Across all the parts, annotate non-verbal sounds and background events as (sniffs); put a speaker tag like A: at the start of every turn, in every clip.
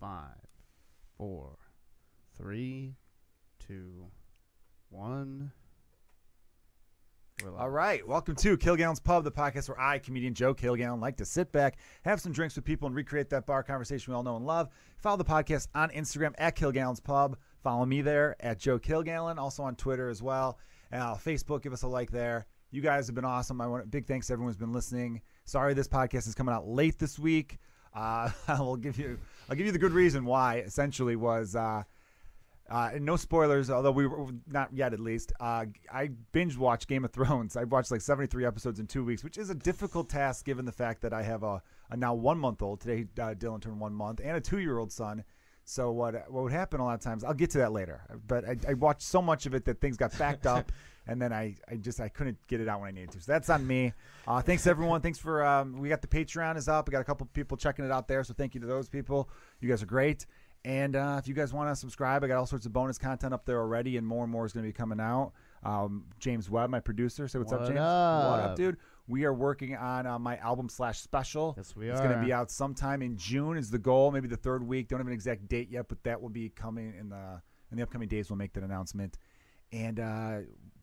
A: five, four, three, two, one. We're live.
B: All right, welcome to Kilgown's Pub, the podcast where I, comedian Joe Kilgown, like to sit back, have some drinks with people, and recreate that bar conversation we all know and love. Follow the podcast on Instagram at Kilgown's Pub. Follow me there at Joe Kilgallen, also on Twitter as well. Uh, Facebook, give us a like there. You guys have been awesome. I want big thanks to everyone who's been listening. Sorry this podcast is coming out late this week. Uh, (laughs) I will give you, I'll give you the good reason why. Essentially, was uh, uh, and no spoilers, although we were not yet at least. Uh, I binge watched Game of Thrones. I watched like 73 episodes in two weeks, which is a difficult task given the fact that I have a, a now one month old. Today, uh, Dylan turned one month and a two year old son. So, what, what would happen a lot of times, I'll get to that later, but I, I watched so much of it that things got backed up. And then I, I just I couldn't get it out when I needed to. So that's on me. Uh, thanks everyone. Thanks for um, we got the Patreon is up. We got a couple people checking it out there. So thank you to those people. You guys are great. And uh, if you guys want to subscribe, I got all sorts of bonus content up there already, and more and more is going to be coming out. Um, James Webb, my producer, say what's up,
A: What
B: James. What
A: up?
B: up, dude? We are working on uh, my album slash special.
A: Yes, we
B: It's going
A: are.
B: to be out sometime in June. Is the goal? Maybe the third week. Don't have an exact date yet, but that will be coming in the in the upcoming days. We'll make that announcement. And uh,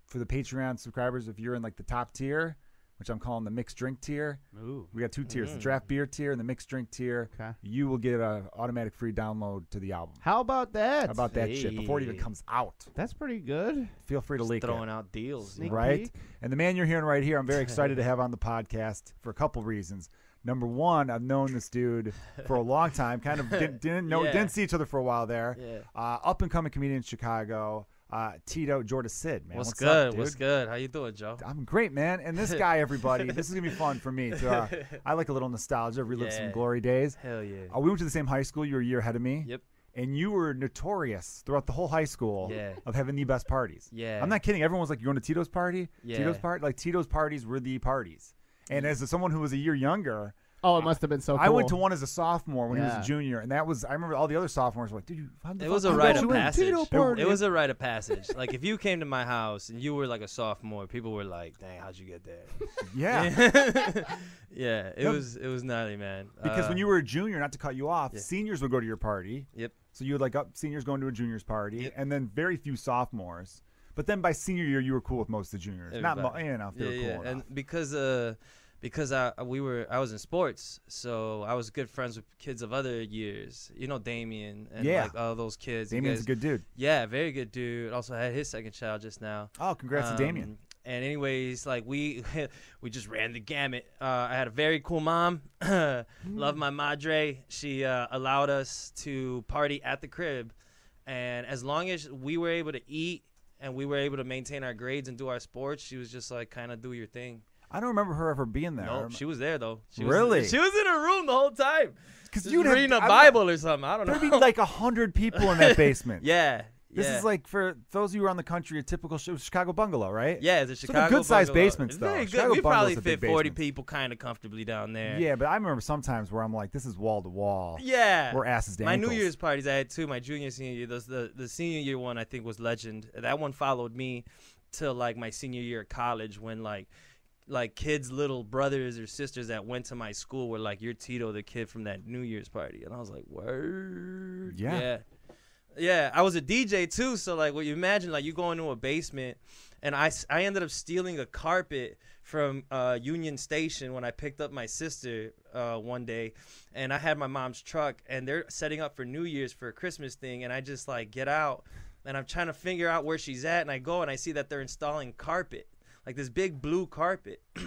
B: for the Patreon subscribers, if you're in like the top tier, which I'm calling the mixed drink tier,
A: Ooh.
B: we got two tiers:
A: Mm-hmm.
B: the draft beer tier and the mixed drink tier.
A: Okay.
B: You will get an automatic free download to the album.
A: How about that?
B: How about that shit before it even
C: Hey.
B: comes out?
A: That's pretty good.
B: Feel free to leak it.
C: throwing out deals.
A: Sneak-
C: Nick.
B: right?
A: peek.
B: And the man you're hearing right here, I'm very
C: (laughs)
B: excited to have on the podcast for a couple reasons. Number one, I've known this dude for a long time. Kind of didn't, didn't know,
C: (laughs) Yeah.
B: didn't see each other for a while there.
C: Yeah.
B: Uh, up and coming comedian in Chicago, uh, Tito Jorda Sid, man.
C: What's,
B: What's
C: good?
B: Up, dude?
C: What's good? How you doing, Joe?
B: I'm great, man. And this guy, everybody, this is gonna be fun for
C: (laughs)
B: me. So, uh, I like a little nostalgia, relive some
C: Yeah.
B: glory days.
C: Hell yeah.
B: Uh, we went to the same high school. You were a year ahead of me.
C: Yep.
B: And you were notorious throughout the whole high school
C: Yeah.
B: of having the best parties.
C: Yeah.
B: I'm not kidding. Everyone was like, "You going to Tito's party? Tito's
C: Yeah.
B: party? Like Tito's parties were the parties." And as someone who was a year younger,
A: Oh, it must have been so.
B: I went to
A: cool.
B: one as a sophomore when he was
A: Yeah.
B: a junior, and that was I remember all the other sophomores were like, "Dude, you, how the
C: It
B: fuck
C: was a
B: how
C: rite
B: did
C: of
B: you win
C: passage.
B: Tito
C: It-
B: party?"
C: It was a rite of passage. like if you came to my house and you were like a sophomore, people were like, "Dang, how'd you get there?"
B: (laughs) yeah.
C: (laughs) yeah, it
B: No.
C: was it was gnarly, man.
B: Because when
C: Uh,
B: you were a junior, not to cut you off,
C: yeah.
B: seniors would go to your party.
C: Yep.
B: So you would like up seniors going to a juniors party,
C: Yep.
B: and then very few sophomores. But then by senior year, you were cool with most of the juniors. Not mo-
C: Everybody.
B: enough. They were cool enough.
C: and because uh, because I we were I was in sports, so I was good friends with kids of other years. You know, Damien and
B: Yeah.
C: like all those kids. You
B: Damien's
C: guys-
B: a good dude.
C: Yeah, very good dude. Also had his second child just now.
B: Oh, congrats to Damien.
C: Um, And anyways, like we (laughs) we just ran the gamut. Uh, I had a very cool mom. (laughs) Love my madre. She uh, allowed us to party at the crib, and as long as we were able to eat and we were able to maintain our grades and do our sports, she was just like kind of do your thing.
B: I don't remember her ever being there. Um,
C: No, she was there though. She
B: Really?
C: Was, she was in her room the whole time.
B: because
C: Just
B: you'd
C: reading
B: have,
C: a
B: I'm-
C: Bible (laughs) or something. I don't
B: There'd be
C: know.
B: like a hundred people in that basement.
C: (laughs) yeah.
B: This
C: yeah.
B: is like for those of you around the country, a typical sh- Chicago bungalow, right?
C: Yeah, it's
B: So
C: a
B: they're
C: Chicago.
B: good-sized
C: bungalow.
B: basements,
C: It's
B: though.
C: Very good.
B: Chicago
C: we probably
B: bungalows are big
C: fit forty
B: basements.
C: people kind of comfortably down there.
B: Yeah, but I remember sometimes where I'm like, this is wall to wall.
C: yeah.
B: We're asses to
C: my
B: ankles.
C: New Year's parties I had two. My junior senior year. Those the the senior year one I think was legend. That one followed me to like my senior year of college when like like kids little brothers or sisters that went to my school were like you're Tito the kid from that New Year's party and I was like word
B: Yeah.
C: yeah yeah I was a DJ too so like what you imagine like you go into a basement and I s- I ended up stealing a carpet from uh, Union Station when I picked up my sister uh, one day, and I had my mom's truck, and they're setting up for New Year's for a Christmas thing, and I just like get out, and I'm trying to figure out where she's at, and I go and I see that they're installing carpet, like this big blue carpet. (clears throat)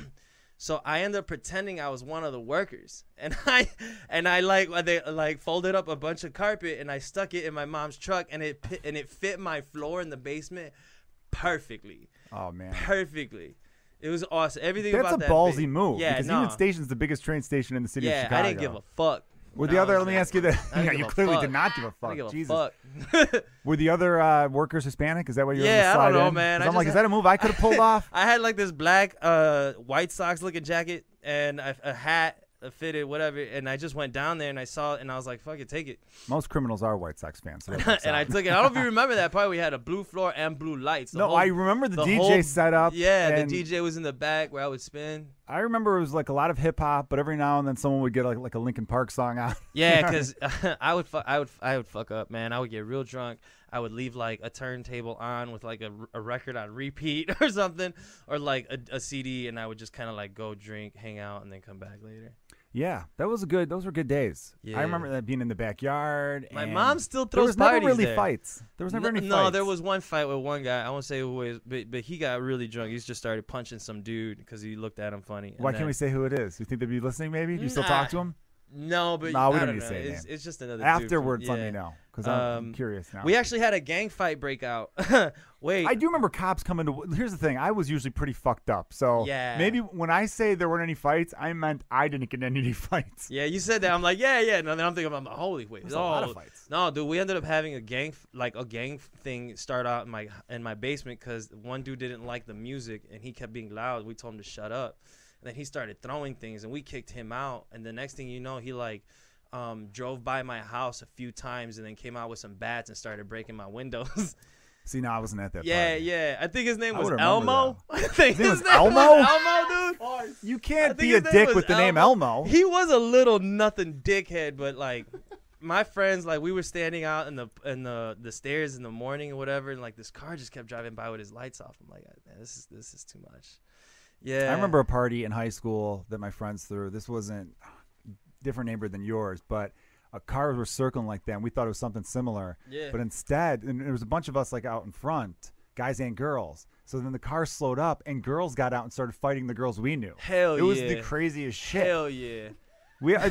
C: So I ended up pretending I was one of the workers, (laughs) and I, and I like uh, they like folded up a bunch of carpet and I stuck it in my mom's truck, and it pi- and it fit my floor in the basement perfectly
B: Oh man.
C: perfectly. It was awesome. Everything
B: That's a
C: about that
B: ballsy
C: bit-
B: move.
C: Yeah,
B: because
C: no.
B: Union Station's the biggest train station in the city of
C: yeah,
B: Chicago.
C: I didn't give a fuck.
B: Were
C: when
B: the
C: I
B: other?
C: was
B: Let me
C: there.
B: ask you that. (laughs)
C: I didn't
B: Yeah,
C: give
B: you
C: a
B: clearly
C: fuck.
B: did not give a
C: I
B: fuck.
C: didn't give a
B: Jesus.
C: fuck. (laughs)
B: Were the other uh, workers Hispanic? Is that what you were
C: Yeah, I
B: gonna
C: don't
B: slide
C: know,
B: in?
C: man.
B: 'Cause
C: I
B: I'm like,
C: just
B: is that a move I could have
C: (laughs)
B: pulled off?
C: I had like this black uh, White Sox looking jacket and a, a hat, a fitted, whatever. And I just went down there and I saw it and I was like, fuck it, take (laughs) it.
B: Most criminals are White Sox fans.
C: (laughs)
B: So that works
C: and I
B: out.
C: took it. I don't know if you remember (laughs) that part. We had a blue floor and blue lights. The
B: no,
C: whole-
B: I remember the, DJ
C: whole-
B: setup.
C: Yeah,
B: and
C: the DJ was in the back where I would spin.
B: I remember it was like a lot of hip hop, but every now and then someone would get like like a Linkin Park song out. (laughs)
C: Yeah, (laughs) because I would fu- I would I would fuck up, man. I would get real drunk. I would leave like a turntable on with like a, r- a record on repeat (laughs) or something, or like a, a CD, and I would just kind of like go drink, hang out, and then come back later.
B: yeah, that was a good. Those were good days.
C: Yeah.
B: I remember that being in the backyard.
C: My
B: and
C: mom still
B: There
C: throws
B: was never
C: parties
B: really
C: there.
B: fights. There was never
C: no,
B: any.
C: no,
B: fights.
C: there was one fight with one guy. I won't say who it was, but, but he got really drunk. He just started punching some dude because he looked at him funny. and
B: Why can't
C: then-
B: we say who it is? You think they'd be listening? Maybe you still talk to
C: Nah.
B: them
C: No, but
B: Nah, we
C: I
B: don't
C: don't
B: need to
C: know.
B: say his
C: it's,
B: name.
C: it's just another. dude from-
B: afterwards. Let me
C: yeah.
B: know because I'm
C: Um,
B: curious now.
C: We actually had a gang fight breakout. (laughs) Wait,
B: I do remember cops coming to. Here's the thing: I was usually pretty fucked up, so
C: Yeah.
B: maybe when I say there weren't any fights, I meant I didn't get in any (laughs) fights.
C: Yeah, you said that. I'm like, yeah, yeah. No, then I'm thinking, I'm like, holy wait, oh,
B: There's
C: no,
B: a lot of fights.
C: no, dude. We ended up having a gang, f- like a gang f- thing, start out in my in my basement because one dude didn't like the music and he kept being loud. We told him to shut up, and then he started throwing things, and we kicked him out. And the next thing you know, he like. Um, drove by my house a few times and then came out with some bats and started breaking my windows. (laughs)
B: See, no, I wasn't at that.
C: yeah,
B: party.
C: yeah. I think his name
B: I
C: was
B: would remember
C: Elmo. (laughs) I think
B: name was Elmo?
C: Elmo, dude.
B: You
C: I
B: can't
C: think
B: be a
C: his name
B: dick
C: was
B: with the name Elmo.
C: He was a little nothing dickhead, but like my friends, like we were standing out in the in the the stairs in the morning or whatever, and like this car just kept driving by with his lights off. I'm like, "Ah, man, this is this is too much. Yeah,
B: I remember a party in high school that my friends threw. This wasn't different neighbor than yours, but uh, cars were circling like that. And we thought it was something similar.
C: Yeah.
B: But instead, and there was a bunch of us like out in front, guys and girls. So then the car slowed up, and girls got out and started fighting the girls we knew.
C: Hell
B: It was
C: yeah.
B: the craziest shit.
C: Hell yeah!
B: We, I,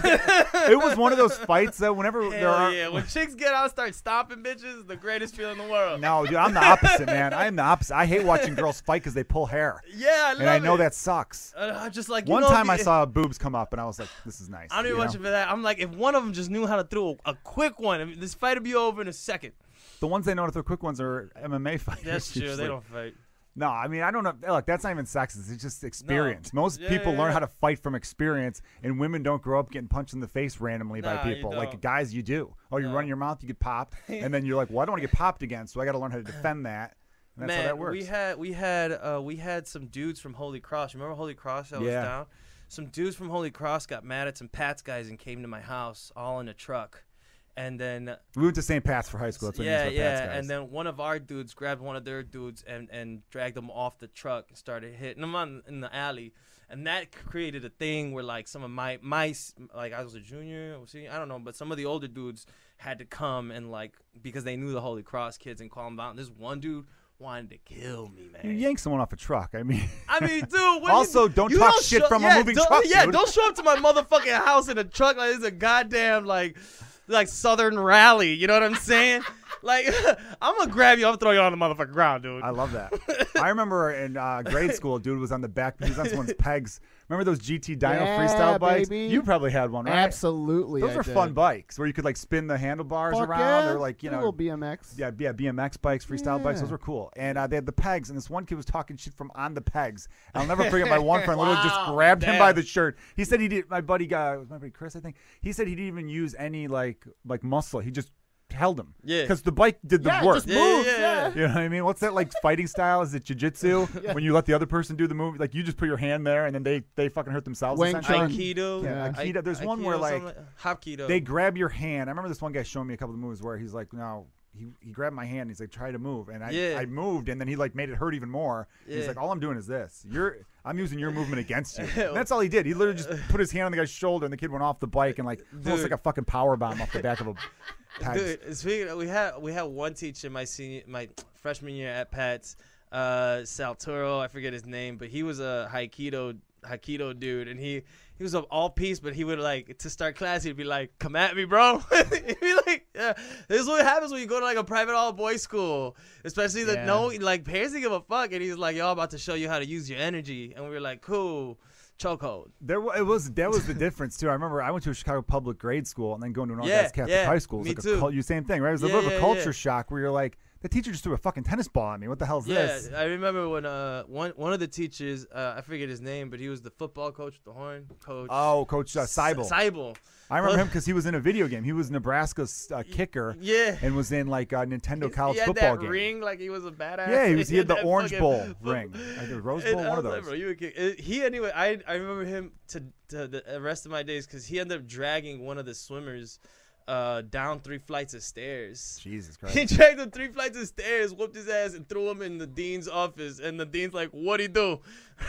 B: it was one of those fights that whenever there
C: Hell
B: are.
C: yeah! When chicks get out, and start stomping bitches. The greatest feeling in the world.
B: No, dude, I'm the opposite, man. I am the opposite. I hate watching girls fight because they pull hair,
C: Yeah, I love
B: and I know
C: it.
B: that sucks.
C: Uh, just like you
B: One
C: know, if
B: time
C: you-
B: I saw boobs come up, and I was like, "This is nice."
C: I don't
B: you
C: even
B: know?
C: watch it for that. I'm like, if one of them just knew how to throw a, a quick one, I mean, this fight would be over in
B: (laughs)
C: a second.
B: The ones they know to throw quick ones are MMA (laughs) fighters.
C: That's true.
B: usually.
C: They don't fight.
B: No, I mean I don't know. Look, that's not even sexist. It's just experience. Most
C: Yeah,
B: people
C: yeah,
B: learn
C: yeah.
B: how to fight from experience, and women don't grow up getting punched in the face randomly by
C: Nah, you
B: people. Like
C: don't.
B: guys, you do. Oh, you run your mouth, you get
C: (laughs)
B: popped, and then you're like, "Well, I don't want to get popped again, so I got to learn how to defend that." And that's
C: Man,
B: how that works.
C: we had we had uh, we had some dudes from Holy Cross. Remember Holy Cross that was
B: Yeah.
C: down? Some dudes from Holy Cross got mad at some Pats guys and came to my house all in a truck. And then
B: we went to St. Pat's for high school. That's what it
C: yeah,
B: means by Pat's
C: yeah,
B: guys.
C: and then one of our dudes grabbed one of their dudes and and dragged them off the truck and started hitting them on in the alley. And that created a thing where like some of my my s- like I was a junior, or senior, I don't know, but some of the older dudes had to come and like because they knew the Holy Cross kids and calm down. This one dude wanted to kill me, man.
B: you yank someone off a truck. I mean,
C: I mean,
B: (laughs)
C: dude. When
B: Also,
C: you,
B: don't
C: you
B: talk shit
C: show-
B: from a
C: yeah,
B: moving
C: don't-
B: truck,
C: Yeah,
B: dude.
C: don't show up to my motherfucking house in a truck like it's a goddamn like, like Southern rally. You know what
B: (laughs)
C: I'm saying? like, (laughs) I'm gonna grab you. I'm gonna throw you on the motherfucking ground, dude.
B: I love that. I remember in uh, grade school, dude was on the back. He was on someone's pegs. Remember those GT Dino
A: Yeah,
B: freestyle bikes?
A: baby.
B: You probably had one, right?
A: Absolutely.
B: Those
A: I
B: are
A: did.
B: fun bikes where you could like spin the handlebars
A: Fuck
B: around
A: yeah.
B: or like you know
A: little BMX.
B: yeah, yeah, BMX bikes, freestyle bikes. Those
A: Yeah.
B: were cool. And uh, they had the pegs, and this one kid was talking shit from on the pegs. And I'll never forget
A: (laughs)
B: my one friend literally just
C: Wow.
B: grabbed him by
C: Damn.
B: the shirt. He said he did. My buddy guy, it was my buddy Chris, I think. He said he didn't even use any like like muscle. He just held him.
C: Yeah.
B: because the bike did the
A: Yeah, it
B: work.
A: just
C: Yeah, yeah,
A: moves.
C: yeah,
A: yeah.
B: You know what I mean? What's that like fighting style? Is it
C: (laughs)
B: jujitsu? When you let the other person do the move, like you just put your hand there and then they they fucking hurt themselves.
A: Wang
B: essentially.
A: Chun.
C: Aikido.
A: Yeah.
B: Aikido. There's one where,
C: Aikido, something
B: like,
C: Hopkido.
B: They grab your hand. I remember this one guy showing me a couple of moves where he's like, no. He, he grabbed my hand. And he's like, try to move, and I,
C: Yeah.
B: I moved, and then he like made it hurt even more. He's
C: Yeah.
B: like, all I'm doing is this. You're I'm using your movement
C: (laughs)
B: against you. And that's all he did. He literally just put his hand on the guy's shoulder, and the kid went off the bike and like almost
C: Dude.
B: like a fucking power bomb off the back of
C: (laughs)
B: a. Pegs.
C: Dude, speaking of, we had we had one teacher my senior my freshman year at Pat's, uh Salturo, I forget his name, but he was a Haikido Haikido dude and he he was of all peace, but he would like to start class he'd be like, Come at me, bro. (laughs) he'd be like, Yeah. This is what happens when you go to like a private all boys school. Especially that
A: Yeah.
C: no like parents didn't give a fuck and he's like, Yo, I'm about to show you how to use your energy and we were like, Cool, chokehold.
B: There wa- it was that was the difference too. I remember I went to a Chicago public grade school and then going to an all
C: Yeah,
B: guys Catholic
C: yeah,
B: high school. It was
C: me
B: like A
C: too.
B: cult, you same thing, right? It was a
C: Yeah,
B: little bit of
C: yeah,
B: culture
C: yeah.
B: shock where you're like, the teacher just threw a fucking tennis ball at me. What the hell is this?
C: Yeah, I remember when uh one one of the teachers uh, I forget his name, but he was the football coach, the horn coach.
B: Oh, Coach Oh, uh, Seibel. (laughs)
C: Seibel.
B: I remember him because he was in a video game. He was Nebraska's uh, kicker
C: Yeah.
B: and was in like a Nintendo college
C: he had
B: football
C: that
B: game.
C: ring like he was a badass.
B: Yeah, he
C: (laughs)
B: was- he had the
C: that
B: Orange
C: fucking (laughs)
B: Bowl
C: foot-
B: ring. I think Rose
C: And
B: Bowl,
C: I
B: one of
C: was like,
B: those.
C: bro, you a kid. Uh, He anyway. I I remember him to, to the rest of my days because he ended up dragging one of the swimmers uh, down three flights of stairs.
B: Jesus
C: (laughs) He
B: Christ.
C: dragged him three flights of stairs, whooped his ass, and threw him in the dean's office. And the dean's like, "What'd he do?"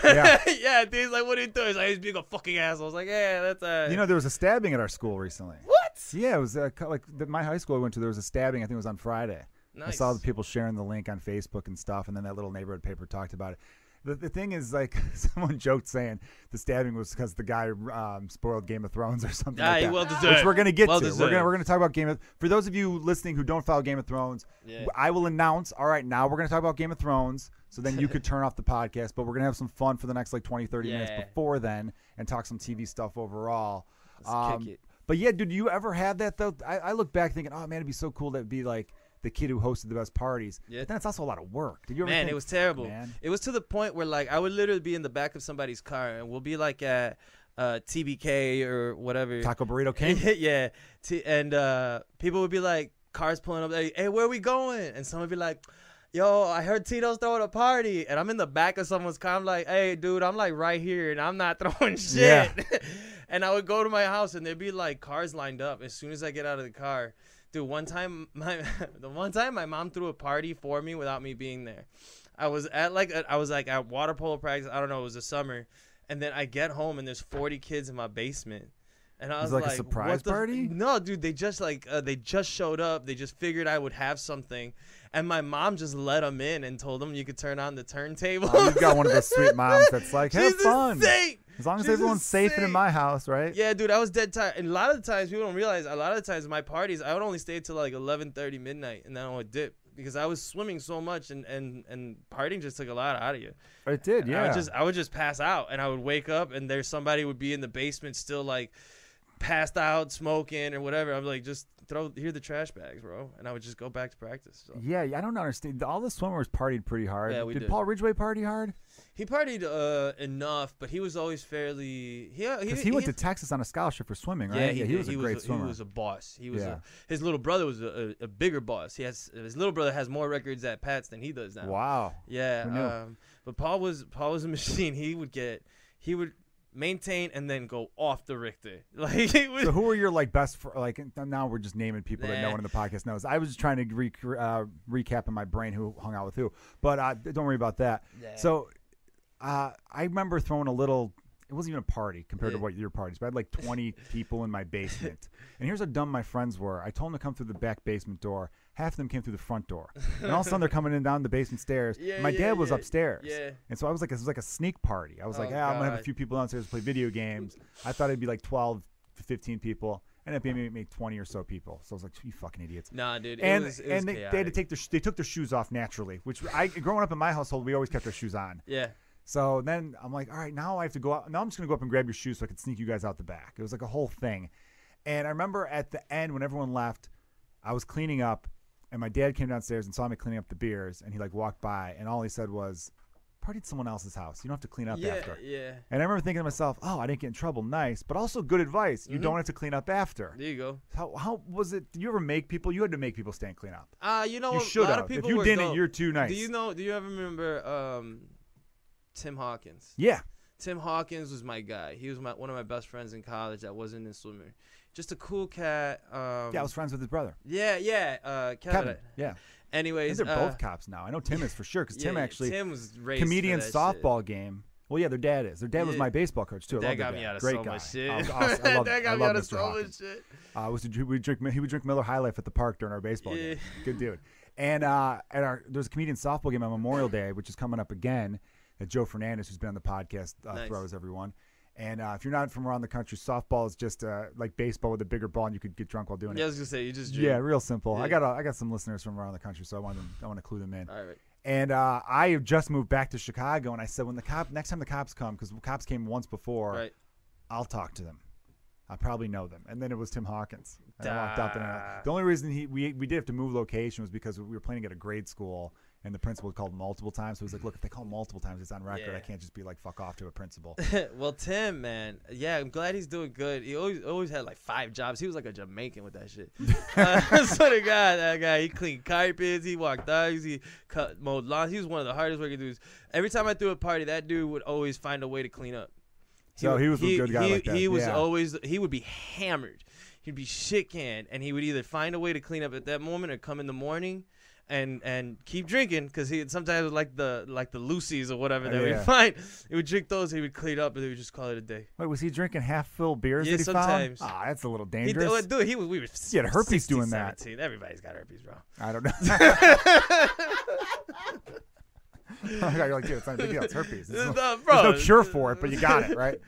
B: Yeah.
C: (laughs) yeah. Dean's like, "What'd he do?" He's like, "He's being a fucking asshole." I was like, "Yeah, that's uh,
B: You know, there was a stabbing at our school recently.
C: what?"
B: Yeah, it was uh, co- like the, my high school I went to. There was a stabbing. I think it was on Friday. I saw
C: Nice.
B: the people sharing the link on Facebook and stuff, and then that little neighborhood paper talked about it. The, the thing is, like, (laughs) someone joked saying the stabbing was because the guy um, spoiled Game of Thrones or something.
C: Ah,
B: like
C: he
B: that,
C: well
B: Which
C: deserved.
B: we're gonna get
C: Well
B: to. We're
C: deserved.
B: gonna we're gonna talk about Game of. For those of you listening who don't follow Game of Thrones,
C: Yeah.
B: I will announce. All right, now we're gonna talk about Game of Thrones. So then you
C: (laughs)
B: could turn off the podcast, but we're gonna have some fun for the next like 20, 30 minutes
C: Yeah.
B: before then, and talk some TV stuff overall. Um,
C: Let's kick it.
B: But yeah, dude, you ever have that though? I, I look back thinking, oh man, it'd be so cool to be like the kid who hosted the best parties.
C: Yeah.
B: But then it's also a lot of work. Did you ever
C: man,
B: think,
C: it was terrible.
B: man.
C: It was to the point where like I would literally be in the back of somebody's car and we'll be like at uh, TBK or whatever.
B: Taco Burrito
C: (laughs)
B: King?
C: yeah. T- and uh, people would be like, cars pulling up, like, hey, where we going? And someone would be like, yo, I heard Tito's throwing a party. And I'm in the back of someone's car. I'm like, hey, dude, I'm like right here and I'm not (laughs) throwing shit. (laughs) and I would go to my house and there'd be like cars lined up as soon as I get out of the car. Dude, one time (laughs) my the one time my mom threw a party for me without me being there. I was at like a, I was like at water polo practice. I don't know. It was the summer, and then I get home and there's 40 kids in my basement, and I
B: was
C: was,
B: like a
C: like,
B: surprise
C: what the f-
B: party?
C: no, dude, they just like uh, they just showed up. They just figured I would have something, and my mom just let them in and told them you could turn on the turntable.
B: Oh, you've got one of those
C: (laughs)
B: sweet moms that's like, have
C: She's
B: fun.
C: insane.
B: As long as
C: She's
B: everyone's safe and in
C: insane.
B: my house, right?
C: Yeah, dude, I was dead tired. And a lot of the times people don't realize. A lot of the times my parties, I would only stay till like 11:30 midnight, and then I would dip because I was swimming so much, and and and partying just took a lot out of you.
B: It did,
C: And I
B: yeah.
C: would just I would just pass out and I would wake up and there's somebody would be in the basement still like passed out smoking or whatever. I'm like just throw here the trash bags, bro. And I would just go back to practice. So.
B: yeah, I don't understand. All the swimmers partied pretty hard.
C: Yeah, we
B: did,
C: did.
B: Paul Ridgway party hard?
C: He partied uh, enough, but he was always fairly he uh, he,
B: Because he, went to Texas on a scholarship for swimming, right?
C: yeah, he, did.
B: was a
C: he
B: great
C: was
B: swimmer.
C: He was a boss. He was
B: Yeah.
C: a, his little brother was a, a, a bigger boss. He has his little brother has more records at Pats than he does now.
B: wow. Who knew?
C: Yeah, um, but Paul was Paul was a (laughs) machine. He would get he would maintain and then go off the Richter. (laughs) Like he was
B: So who are your like best fr- like and now we're just naming people that no
C: Nah.
B: one in the podcast knows. I was just trying to re- uh, recap in my brain who hung out with who, but uh, don't worry about that.
C: Nah.
B: So uh, I remember throwing a little. It wasn't even a party compared to
C: Yeah.
B: what your parties, but I had like
C: (laughs)
B: 20 people in my basement. And here's how dumb my friends were. I told them to come through the back basement door. Half of them came through the front door. And all of a sudden they're coming in down the basement stairs.
C: (laughs) Yeah,
B: and my
C: yeah,
B: dad was
C: yeah,
B: upstairs.
C: yeah.
B: And so I was like, it was like a sneak party. I was like,
C: Oh,
B: yeah, I'm going to have a
C: God.
B: few people downstairs to play video games. I thought it'd be like 12 to 15 people. Ended up being maybe maybe 20 or so people. So I was like, you fucking idiots.
C: Nah, dude. It
B: and
C: was, it was
B: and they, they had to
C: chaotic.
B: take their sh- they took their shoes off naturally, which I growing up in my household we always kept our shoes on.
C: Yeah.
B: So then I'm like, all right, now I have to go out. Now I'm just gonna go up and grab your shoes so I could sneak you guys out the back. It was like a whole thing. And I remember at the end when everyone left, I was cleaning up, and my dad came downstairs and saw me cleaning up the beers, and he like walked by, and all he said was, "Party at someone else's house. You don't have to clean up
C: Yeah,
B: after."
C: yeah.
B: And I remember thinking to myself, "Oh, I didn't get in trouble. Nice, but also good advice.
C: Mm-hmm.
B: You don't have to clean up after."
C: There you go.
B: How, how was it? Did you ever make people? You had to make people stand clean up.
C: Uh, you know,
B: You
C: what? a
B: should
C: lot
B: have.
C: of people
B: if you
C: were
B: didn't,
C: dope.
B: you're too nice.
C: Do you know? Do you ever remember um, Tim Hawkins?
B: yeah.
C: Tim Hawkins was my guy. He was my one of my best friends in college. That wasn't in swimmer. Just a cool cat. Um,
B: Yeah, I was friends with his brother.
C: yeah, yeah. Uh, Kevin.
B: Kevin. Yeah.
C: Anyways,
B: They're
C: uh,
B: both cops now. I know Tim is for
C: (laughs)
B: sure because
C: yeah,
B: Tim
C: yeah,
B: actually
C: Tim was raised for
B: comedian
C: that shit.
B: softball game. Well, yeah, their dad is. Their dad was
C: Yeah.
B: my baseball coach too. I love
C: That
B: their
C: got me
B: dad.
C: out of
B: Great
C: so
B: guy.
C: much shit.
B: I, was awesome.
C: (laughs)
B: I love,
C: that
B: I
C: got me
B: love
C: out of
B: Mr.
C: so
B: Hawkins.
C: much shit.
B: Uh, was we would drink he would drink Miller High Life at the park during our baseball
C: Yeah.
B: game. Good dude. And uh, at our there's a comedian softball game on Memorial Day, which is coming up again. That Joe Fernandez, who's been on the podcast, uh,
C: Nice.
B: throws everyone. And uh, if you're not from around the country, softball is just uh, like baseball with a bigger ball, and you could get drunk while doing
C: Yeah,
B: it.
C: I was gonna say you just drew.
B: Yeah, real simple. I
C: Yeah.
B: got a, I got some listeners from around the country, so I want them, I want to clue them in.
C: All right.
B: And uh, I have just moved back to Chicago, and I said, when the cop next time the cops come, because cops came once before,
C: Right. (laughs)
B: I'll talk to them. I probably know them. And then it was Tim Hawkins. And I walked up, and uh,
C: Duh.
B: the only reason he we we did have to move location was because we were playing at a grade school, And the principal called multiple times. So he's like, look, if they call multiple times, it's on record. I
C: Yeah.
B: can't just be like, fuck off to a principal.
C: well, Tim, man, yeah, I'm glad he's doing good. He always always had like five jobs. He was like a Jamaican with that
B: (laughs)
C: shit. uh, (laughs) I swear to God, that guy, he cleaned carpets, he walked dogs, he cut mowed lawns. He was one of the hardest working dudes. Every time I threw a party, that dude would always find a way to clean up.
B: So
C: would-
B: he was a good guy
C: He,
B: like that,
C: he was
B: yeah.
C: always he would be hammered. He'd be shit canned, and he would either find a way to clean up at that moment or come in the morning. And, and keep drinking because he sometimes like the like the Lucy's or whatever that
B: Oh, Yeah.
C: we find he would drink those he would clean up and he would just call it a day.
B: Wait, was he drinking half full beers
C: Yeah,
B: that he
C: sometimes.
B: found? Ah, that's a little
C: He,
B: dangerous.
C: did- dude, he was. We were.
B: He had herpes
C: 16,
B: doing that.
C: 17. Everybody's got herpes, bro.
B: I don't know. You're like, dude, it's not a big deal. It's herpes. It's
C: No,
B: no- (laughs)
C: bro.
B: There's no cure for it, but you got it, right?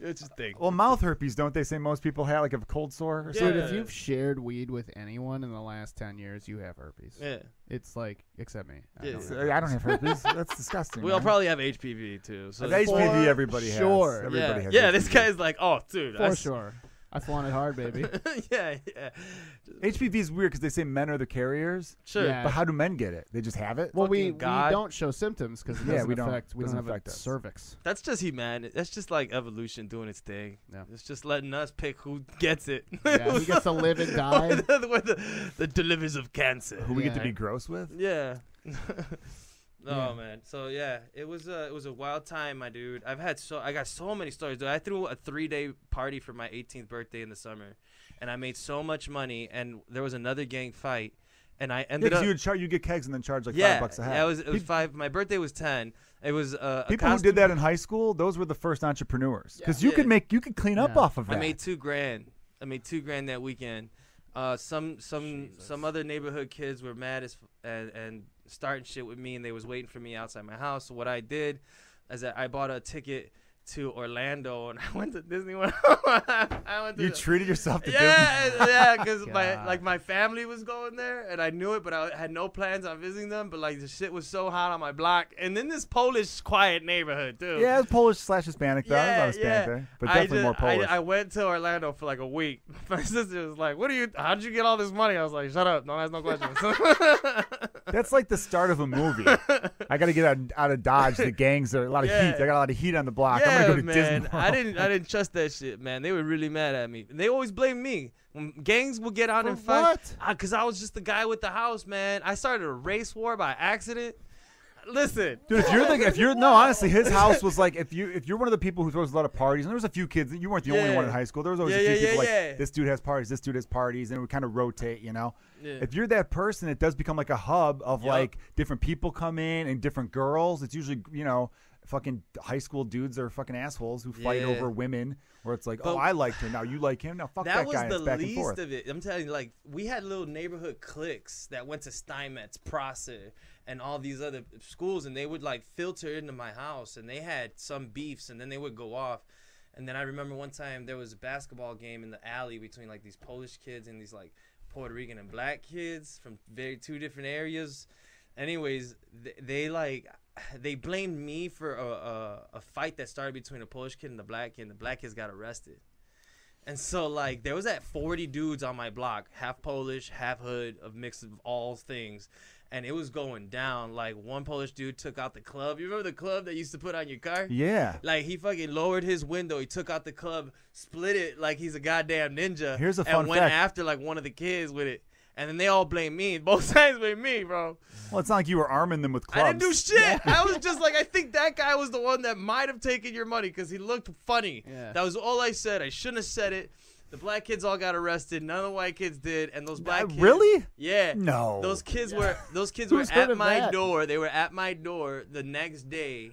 C: It's just
B: (laughs)
C: thing.
B: Well, mouth herpes, don't they say most people have like a cold sore or
A: Dude,
B: something?
A: if
C: Yeah.
A: you've shared weed with anyone in the last ten years, you have herpes.
C: Yeah,
A: It's like, except me. I
C: Yeah,
A: don't
C: it's-
A: have
B: uh, I don't have herpes.
C: (laughs)
B: That's disgusting.
C: we all
B: man.
C: probably have HPV too. So
B: But
C: it's-
A: For
B: HPV everybody has.
A: sure.
B: Everybody
C: yeah,
B: has
C: yeah. This
B: HPV.
C: guy's like, oh, dude, I
A: For
C: s-
A: sure. I flaunted hard,
B: (laughs)
A: baby.
C: (laughs) yeah, yeah.
B: HPV is weird because they say men are the carriers,
C: Sure.
A: Yeah.
B: but how do men get it? They just have it.
A: well, we,
C: Fucking
A: we
C: God.
A: don't show symptoms because it
B: Yeah,
A: doesn't
B: we don't-
A: affect. we
B: doesn't
A: don't have
B: affect
A: a
B: us.
C: (laughs)
A: cervix.
C: That's just humanity. That's just like evolution doing its thing.
A: Yeah.
C: It's just letting us pick who gets it. (laughs)
A: Yeah, who gets to live and die?
C: Or the, or the, the delivers of cancer.
B: who we get to
A: Yeah.
B: be gross with?
C: Yeah. (laughs) oh
B: Yeah.
C: man. So yeah, it was a it was a wild time, my dude. I've had so I got so many stories. Dude, I threw a three day party for my 18th birthday in the summer, and I made so much money. And there was another gang fight, and I ended
B: Because
C: up
B: you would charge, you get kegs and then charge like
C: yeah,
B: five bucks a head.
C: yeah, it was it was
B: Pe-
C: five. My birthday was ten. It was uh, a
B: People who
C: costume-
B: did that in high school, those were the first entrepreneurs because you
C: Yeah.
B: could make, you could clean up
A: Yeah.
B: off of that.
C: I made two grand. I made two grand that weekend. Uh, some some some other neighborhood kids were mad as f- and, and starting shit with me, and they was waiting for me outside my house. So what I did is that I bought a ticket to Orlando, and (laughs) I went to Disney World. I went to (laughs)
B: you
C: the-
B: treated yourself to Disney.
C: yeah, yeah, because my
A: God.
C: like my family was going there, and I knew it, but I had no plans on visiting them. But like the shit was so hot on my block, and then this Polish quiet neighborhood, dude.
B: Yeah, it was Polish slash Hispanic though. I was not Hispanic there, but
C: I
B: definitely
C: ju-
B: more Polish.
C: I, I went to Orlando for like a week. (laughs) My sister was like, "What do you? How'd you get all this money?" I was like, "Shut up! Don't ask no questions." (laughs)
B: That's like the start of a movie. I got to get out, out of Dodge. The gangs are a lot of
C: Yeah.
B: heat. (laughs) I got a lot of heat on the block. I'm
C: yeah,
B: gonna go to
C: man.
B: Disney. World.
C: I didn't. I didn't trust that shit, man. They were really mad at me. And they always blame me. When gangs would get out and fight,
A: what?
C: I- Cause I was just the guy with the house, man. I started a race war by accident. Listen,
B: Dude, if you're the if you're no, honestly, his house was like if you if you're one of the people who throws a lot of parties, and there was a few kids, you weren't the only
C: Yeah.
B: one in high school. There was always
C: Yeah,
B: a few
C: yeah,
B: people
C: yeah,
B: like
C: yeah.
B: this dude has parties, this dude has parties, and it would kind of rotate, you know.
C: Yeah.
B: If you're that person, it does become like a hub of
C: Yup.
B: like different people come in and different girls. It's usually you know fucking high school dudes are fucking assholes who fight
C: Yeah.
B: over women, where it's like,
C: But-
B: oh, I liked her, now you like him, now fuck that,
C: that was
B: guy, and
C: the
B: it's back and
C: least
B: forth.
C: of it. I'm telling you, like we had little neighborhood cliques that went to Steinmetz, Prosser, and all these other schools, and they would like filter into my house, and they had some beefs, and then they would go off. And then I remember one time there was a basketball game in the alley between like these Polish kids and these like Puerto Rican and black kids from very two different areas. Anyways, they, they like they blamed me for a, a, a fight that started between a Polish kid and the black kid. And the black kids got arrested. And so like there was that 40 dudes on my block, half Polish, half hood, of mix of all things. And it was going down. Like one Polish dude took out the club. You remember the club that used to put on your car?
B: Yeah.
C: Like he fucking lowered his window. He took out the club, split it like he's a goddamn ninja.
B: Here's a fun
C: and went
B: fact.
C: after like one of the kids with it. And then they all blame me. (laughs) Both sides blame me, bro.
B: Well, it's not like you were arming them with clubs.
C: I didn't do shit.
B: (laughs)
C: I was just like, I think that guy was the one that might have taken your money because he looked funny.
A: Yeah.
C: That was all I said. I shouldn't have said it. The black kids all got arrested. None of the white kids did, and those black
B: Uh,
C: kids,
B: really?
C: yeah,
B: No.
C: those kids were
B: (laughs)
C: those kids were
A: Who's heard
C: at
A: of
C: my
A: that?
C: door. They were at my door the next day,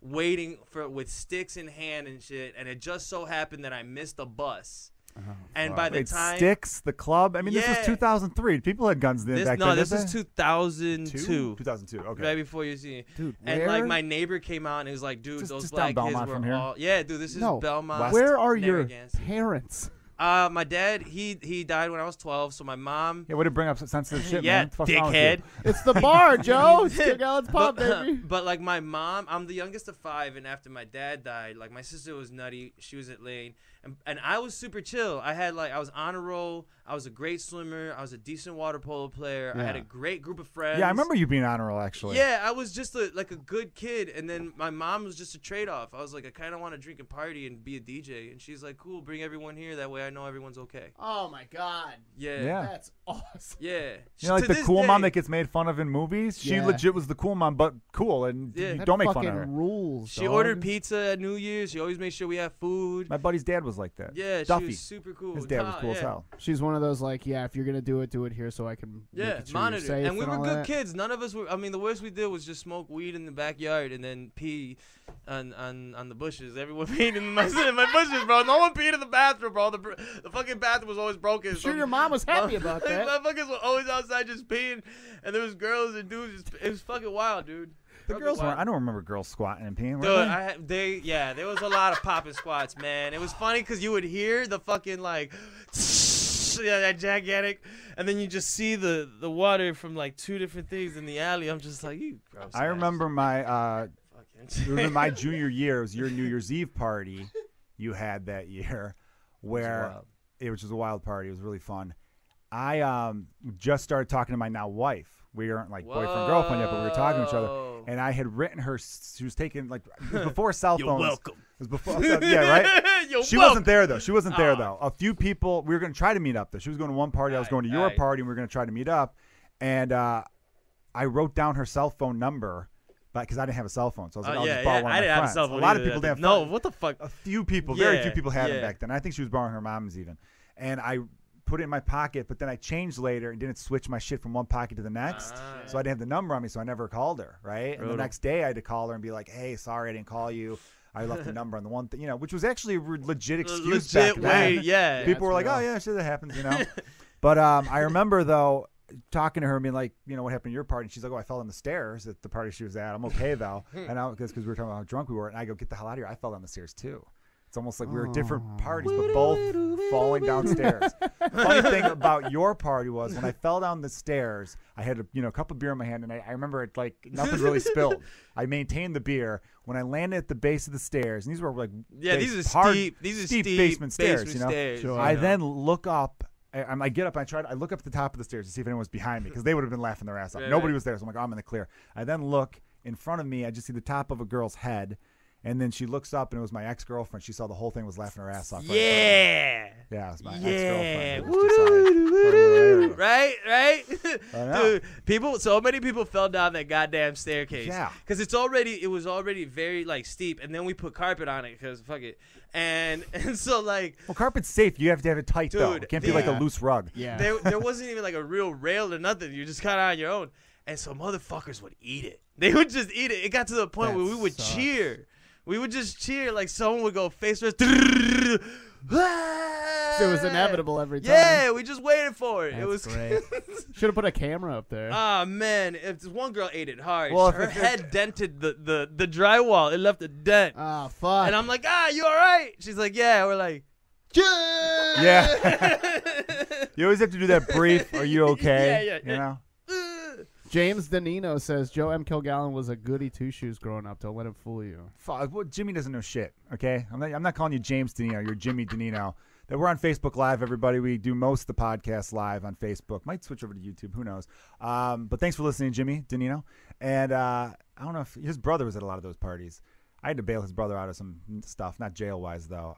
C: waiting for with sticks in hand and shit. And it just so happened that I missed a bus. and by the
B: Oh, Wait,
C: time
B: sticks, the club. I mean, this was
C: Yeah.
B: 2003. People had guns then
C: this,
B: back
C: no,
B: then.
C: this
B: didn't
C: is
B: they?
C: two thousand two.
B: 2002. Okay.
C: Right before you see it.
A: Dude,
C: and like
A: where-
C: my neighbor came out and he was like, dude,
B: Just-
C: those
B: just down
C: black kids
B: Belmont
C: were
B: from here.
C: all Yeah, dude, this is
A: No.
C: Belmont.
A: Where are your
C: Narragansett.
A: parents?
C: Uh, my dad, he he died when I was 12, so my mom.
B: Yeah, way to bring up some sensitive shit,
C: Yeah,
B: man. What the fuck's wrong with you?
C: dickhead.
A: It's the
C: (laughs)
A: bar, Joe. It's Two Gallons Pub, baby.
C: but uh, like my mom, I'm the youngest of five, and after my dad died, like my sister was nutty. She was at Lane, and, and I was super chill. I had like I was on a roll. I was a great swimmer. I was a decent water polo player. I had a
A: Yeah.
C: great group of friends.
B: Yeah, I remember you being on a roll actually.
C: Yeah, I was just a, like a good kid, and then my mom was just a trade off. I was like, I kind of want to drink and party and be a DJ, and she's like, Cool, bring everyone here. That way, I know everyone's okay.
A: Oh my God,
C: Yeah,
B: Yeah.
A: that's awesome.
C: yeah.
B: You know, like
C: To
B: the
C: this
B: cool mom
C: day-
B: that gets made fun of in movies. She
A: Yeah.
B: legit was the cool mom, but cool, and
C: Yeah.
B: you
A: That
B: don't make fun
A: fucking
B: of her.
A: rules.
C: She
A: dog.
C: ordered pizza at New Year's. She always made sure we had food.
B: My buddy's dad was like that.
C: yeah,
B: Duffy.
C: she was super cool.
B: His dad was
C: Nah,
B: cool as
C: yeah.
B: hell.
A: She's one of those like, yeah, if you're gonna do it, do it here so I can. make
C: Yeah,
A: it sure you're
C: monitor.
A: safe
C: And we were
A: all
C: good
A: that.
C: kids. None of us were. I mean, the worst we did was just smoke weed in the backyard and then pee on on, on the bushes. Everyone (laughs) peed in my in my bushes, bro. No one peed in the bathroom, bro. The, br- the fucking bathroom was always broken.
A: Sure,
C: (laughs)
A: your mom was happy about that.
C: Motherfuckers were always outside just peeing, and there was girls and dudes. Just, it was fucking wild, dude.
B: The
C: Fucking
B: girls were.
C: wild.
B: I don't remember girls squatting and peeing. were
C: Dude,
B: they?
C: I, had- they yeah, there was a lot of popping squats, man. It was funny because you would hear the fucking like, (sniffs) yeah, that gigantic, and then you just see the the water from like two different things in the alley. I'm just like, you gross.
B: I
C: ass
B: remember my uh, it
C: (laughs)
B: was in
C: Fucking.
B: my junior year. It was your New Year's Eve party you had that year, where
C: wild.
B: it was just a wild party. It was really fun. I um, just started talking to my now wife. We aren't like boyfriend girlfriend yet, but we were talking to each other.
C: Whoa.
B: And I had written her. s- She was taking like it
C: (laughs)
B: was before cell
C: You're
B: phones.
C: welcome.
B: It was before. (laughs) yeah, right.
C: (laughs) You're
B: She
C: welcome.
B: wasn't there though. She wasn't there
C: Ah.
B: though. A few people. We were gonna try to meet up though. She was going to one party. I was
C: Aye,
B: going to your
C: aye.
B: party, and we were gonna try to meet up. And uh, I wrote down her cell phone number, but because I didn't have a cell phone, so I was like,
C: Oh
B: I'll
C: yeah,
B: just borrow
C: yeah.
B: one of my
C: I didn't have a
B: friends.
C: cell phone.
B: a lot of
C: either
B: people
C: that
B: didn't.
C: day.
B: Have
C: No, what the fuck?
B: a few people, very
C: Yeah,
B: few people had
C: yeah.
B: them back then. I think she was borrowing her mom's even, and I put it in my pocket, but then I changed later and didn't switch my shit from one pocket to the next.
C: Ah.
B: So I didn't have the number on me, so I never called her. Right, and the
C: Brutal.
B: next day I had to call her and be like, "Hey, sorry, I didn't call you. I left
C: (laughs)
B: the number on the one thing, you know," which was actually a re- legit excuse
C: Uh, Legit
B: back
C: way,
B: then.
C: yeah.
B: People were like,
A: That's
B: "Oh
A: real.
B: yeah, shit that happens," you
A: (laughs)
B: know. but um, I remember though talking to her and being like, "You know what happened to your party?" And she's like, "Oh, I fell on the stairs at the party she was at. I'm
A: (laughs)
B: okay though." and I because we were talking about how drunk we were, and I go, "Get the hell out of here! I fell down the stairs too." It's almost like we were at different parties, but both falling downstairs. Funny thing about your party was when I fell down the stairs, I had a you know a cup of beer in my hand, and I, I remember it like nothing really
A: (laughs)
B: spilled. I maintained the beer when I landed at the base of the stairs, and these were like
C: Yeah,
B: base-
C: these are
B: hard,
C: steep. These are
B: steep
C: steep
B: basement stairs, you know?
C: stairs,
A: Sure.
C: you
B: I
C: know?
B: then look up. I, I'm- I get up. I try. to- I look up at the top of the stairs to see if anyone was behind me because they would have been laughing their ass off.
C: Right,
B: Nobody
C: right.
B: was there, so I'm like, "Oh, I'm in the clear. I then look in front of me. I just see the top of a girl's head, and then she looks up, and it was my ex girlfriend. She saw the whole thing was laughing her ass off. right in front of me.
C: Yeah.
B: yeah, it was my
C: Yeah.
B: ex girlfriend.
C: (laughs)
B: Woo-doo,
C: Right, right,
B: I know.
C: (laughs) dude. People, so many people fell down that goddamn staircase.
B: Yeah.
C: because it's already, it was already very like steep, and then we put carpet on it because fuck it, and (laughs) and so like
B: Well, carpet's safe. You have to have it tight though.
C: Dude,
B: It can't be like a
A: yeah.
B: loose rug.
A: Yeah.
C: there there wasn't even like a real rail or nothing. You're just kind of on your own, and so motherfuckers would eat it. (laughs) They would just eat it. It got to the point
B: That
C: where we would
B: sucks.
C: cheer. We would just cheer like someone would go face first. (laughs)
A: it was inevitable every time.
C: Yeah, we just waited for it. it
A: That's
C: was (laughs)
A: great. Should have put a camera up there.
C: Ah man, if this one girl ate it hard,
B: Well, if (laughs)
C: her
B: it-
C: head dented the, the, the drywall. It left a dent,
A: Ah, fuck.
C: and I'm like, ah, you all right? She's like, yeah.
B: (laughs)
C: We're like, (laughs)
A: yeah.
B: Yeah. (laughs) you always have to do that brief. Are you okay?
C: (laughs) Yeah, yeah, yeah.
B: You know.
C: "Ugh."
A: James Danino says Joe M. Kilgallen was a goody two shoes growing up. Don't let him fool you.
B: Fuck, well, Jimmy doesn't know shit. Okay, I'm not. I'm not calling you James Danino. You're Jimmy Danino. That we're on Facebook Live, everybody. We do most of the podcast live on Facebook. Might switch over to YouTube. Who knows? Um, but thanks for listening, Jimmy Danino. And uh, I don't know if his brother was at a lot of those parties. I had to bail his brother out of some stuff, not jail wise
C: (laughs)
B: though.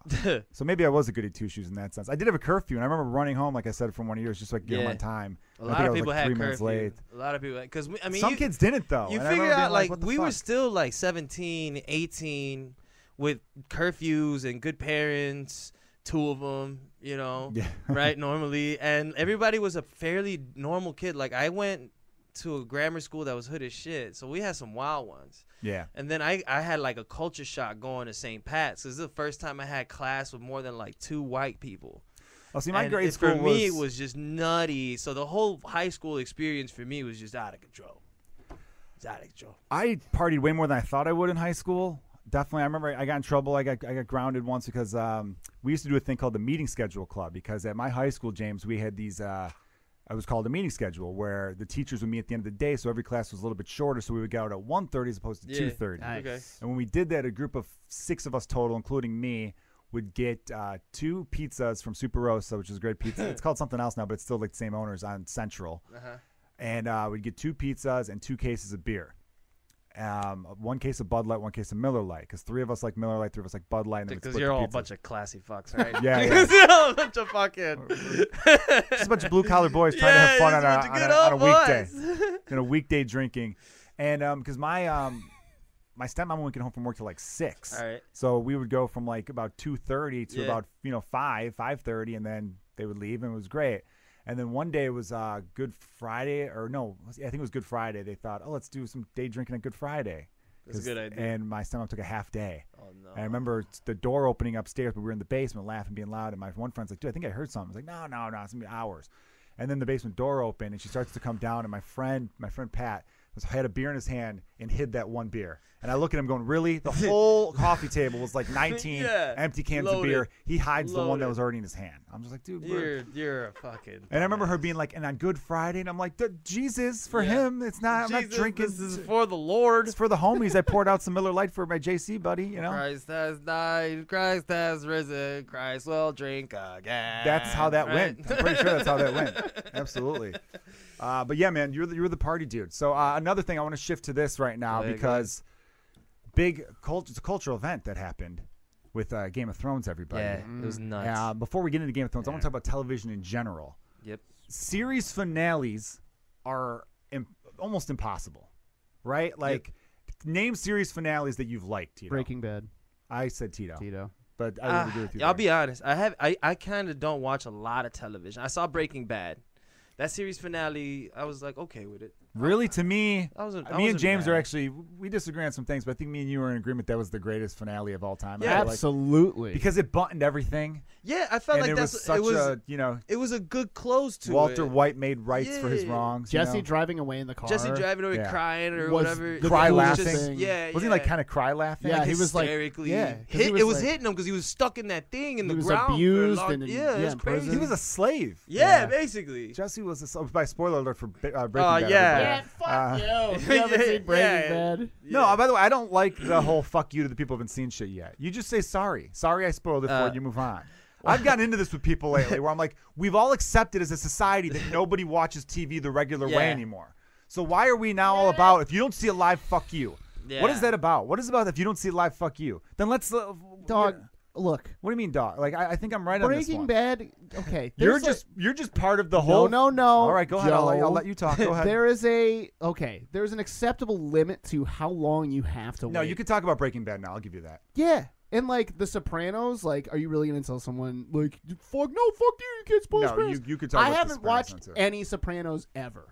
B: so maybe I was a goody two shoes in that sense. I did have a curfew, and I remember running home, like I said, from one of yours, just like get home
C: Yeah.
B: on time.
C: a
B: And
C: lot
B: I think
C: of
B: I was,
C: people
B: like,
C: had
B: three
C: curfew.
B: minutes late.
C: A lot of people, because I mean,
B: Some
C: you,
B: kids didn't though.
C: you
B: and I
C: figure
B: remember being
C: out like,
B: what the
C: we were
B: fuck?
C: still like 17, 18, with curfews and good parents, two of them, you know,
B: (laughs) Yeah.
C: (laughs) right? Normally, and everybody was a fairly normal kid. Like I went to a grammar school that was hood as shit, so we had some wild ones.
B: yeah.
C: And then I, I had like a culture shock going to St. Pat's. 'cause This is the first time I had class with more than like two white people.
B: Oh, see, my
C: and
B: grade
C: it-
B: school
C: for me it was just nutty. So the whole high school experience for me was just out of control. It's out of control.
B: I partied way more than I thought I would in high school. definitely. I remember I got in trouble. I got I got grounded once because um, we used to do a thing called the meeting schedule club. Because at my high school, James, we had these. Uh, it was called a meeting schedule where the teachers would meet at the end of the day, so every class was a little bit shorter. So we would go out at 1.30 as opposed to
C: Yeah.
B: two thirty.
C: Okay.
B: And when we did that, a group of six of us total, including me, would get uh, two pizzas from Super Rosa, which is a great pizza.
C: (laughs)
B: it's called something else now, but it's still like the same owners on Central.
C: Uh-huh.
B: And uh, we'd get two pizzas and two cases of beer. Um, one case of Bud Light, one case of Miller Light, because three of us like Miller Light, three of us like Bud Light. and then we'd
C: Because
B: split
C: you're
B: the
C: all a
B: pizzas.
C: bunch of classy fucks,
B: (laughs)
C: right? (laughs)
B: Yeah, yeah.
C: You're all a bunch of fucking.
B: just a bunch of blue
C: (laughs)
B: collar boys trying to have fun on a, on a, on a weekday, you know, weekday drinking, and um, because my um, my stepmom wouldn't get home from work till like six.
C: All right.
B: So we would go from like about two thirty to
C: Yeah.
B: about you know five five thirty, and then they would leave, and it was great. And then one day it was uh, Good Friday, or no, I think it was Good Friday. They thought, oh, let's do some day drinking on Good Friday.
C: That's a
B: 'Cause-
C: good idea.
B: And my stepmom took a half day.
C: Oh no.
B: And I remember t- the door opening upstairs, but we were in the basement laughing, being loud. And my one friend's like, dude, I think I heard something. I was like, no, no, no, it's gonna be hours. And then the basement door opened and she starts to come down. And my friend, my friend Pat, was, had a beer in his hand and hid that one beer. And I look at him going, really?
C: (laughs)
B: The whole coffee table was like 19
C: Yeah,
B: empty cans of
C: loaded.
B: beer. He hides the one that
C: Loaded.
B: was already in his hand. I'm just like, dude, we're.
C: You're you're a fucking.
B: And I remember her
C: dumbass.
B: being like, and on Good Friday, and I'm like, "Dude, Jesus, for
C: Yeah.
B: him, it's not, I'm not
C: Jesus,
B: drinking.
C: This is for the Lord.
B: it's for the homies. I poured out some Miller Lite for my JC buddy, you know?
D: Christ has died. Christ has risen. Christ will drink again.
B: That's how that
D: Right?
B: went. I'm pretty sure that's how that went. Absolutely. Uh, but yeah, man, you're the, you're the party dude. So uh, another thing, I want to shift to this right now
D: Yeah, go
B: because big cult, it's a cultural event that happened with uh, Game of Thrones. Everybody.
D: Yeah,
C: Mm-hmm.
D: it was nuts.
B: Uh, before we get into Game of Thrones, I want to talk about television in general.
D: Yep.
B: Series finales are im- almost impossible, right? Like, name series finales that you've liked. Tito.
A: Breaking Bad,
B: I said Tito,
A: Tito.
B: but I would
C: Ah,
B: agree with you.
C: I'll
B: there.
C: be honest. I have I, I kind of don't watch a lot of television. I saw Breaking Bad. That series finale, I was like okay with it.
B: Really, to me,
C: I wasn't- I
B: me and
C: wasn't
B: James
C: mad.
B: are actually we disagree on some things, but I think me and you are in agreement that was the greatest finale of all time. I
C: Yeah,
B: feel like-
A: Absolutely.
B: because it buttoned everything,
C: Yeah, I felt
B: and
C: like
B: it
C: that's
B: was such
C: it was
B: a you know
C: it was a good close to
B: Walter
C: it.
B: White made rights for his
C: Yeah.
B: wrongs. you
A: Jesse
B: know?
A: driving away in the car.
C: Jesse driving away
B: Yeah.
C: crying or
A: Was
C: whatever.
A: the
B: Cry
C: It was
B: laughing.
C: Just, yeah,
B: wasn't he like kind of cry laughing?
A: Yeah,
B: Like,
A: he was like-
C: hysterically.
A: yeah, 'cause he
C: hit,
A: was
C: it was
A: like-
C: hitting him because he was stuck in that thing in
A: He
C: the
A: was
C: ground. for a
A: abused
C: long-
A: and in-
C: yeah,
A: yeah,
C: it's
A: in
C: crazy.
A: prison.
B: he was a slave.
C: yeah, basically.
B: Jesse was a sl- by spoiler alert for Bi- uh, Breaking
C: Oh,
B: Bad.
C: yeah.
B: everybody.
A: Yeah, fuck
B: Uh,
A: you. If you
B: (laughs)
A: haven't
C: Yeah,
A: seen Breaking
C: yeah.
A: Bad.
B: No, uh, by the way, I don't like the whole "fuck you" to the people who haven't seen shit yet. You just say sorry. Sorry, I spoiled it for
C: Uh,
B: you.
A: (laughs)
B: Move on. I've gotten into this with people lately, where I'm like, we've all accepted as a society that nobody watches TV the regular way
C: Yeah.
B: anymore. So why are we now all about if you don't see a live "fuck you"? What
C: Yeah.
B: is that about? What is it about if you don't see a live "fuck you"? Then let's uh,
A: Dog, look.
B: What do you mean, dog? Like I, I think I'm right on this
A: Breaking
B: one.
A: Bad. Okay.
B: (laughs) You're
A: there's, like-
B: just you're just part of the
A: No,
B: whole.
A: no, no.
B: All right, go ahead. I'll let, I'll
A: Joe.
B: let you
A: (laughs)
B: talk. Go ahead.
A: There is a okay. There's an acceptable limit to how long you have to wait.
B: no, you can talk about Breaking Bad now. I'll give you that.
A: Yeah, and like The Sopranos, like, are you really gonna tell someone like, fuck, no, fuck you, you can't spoil
B: No,
A: Sopranos?
B: you- you could talk
A: I
B: about The
A: haven't
B: Sopranos
A: watched
B: now, too.
A: any Sopranos ever,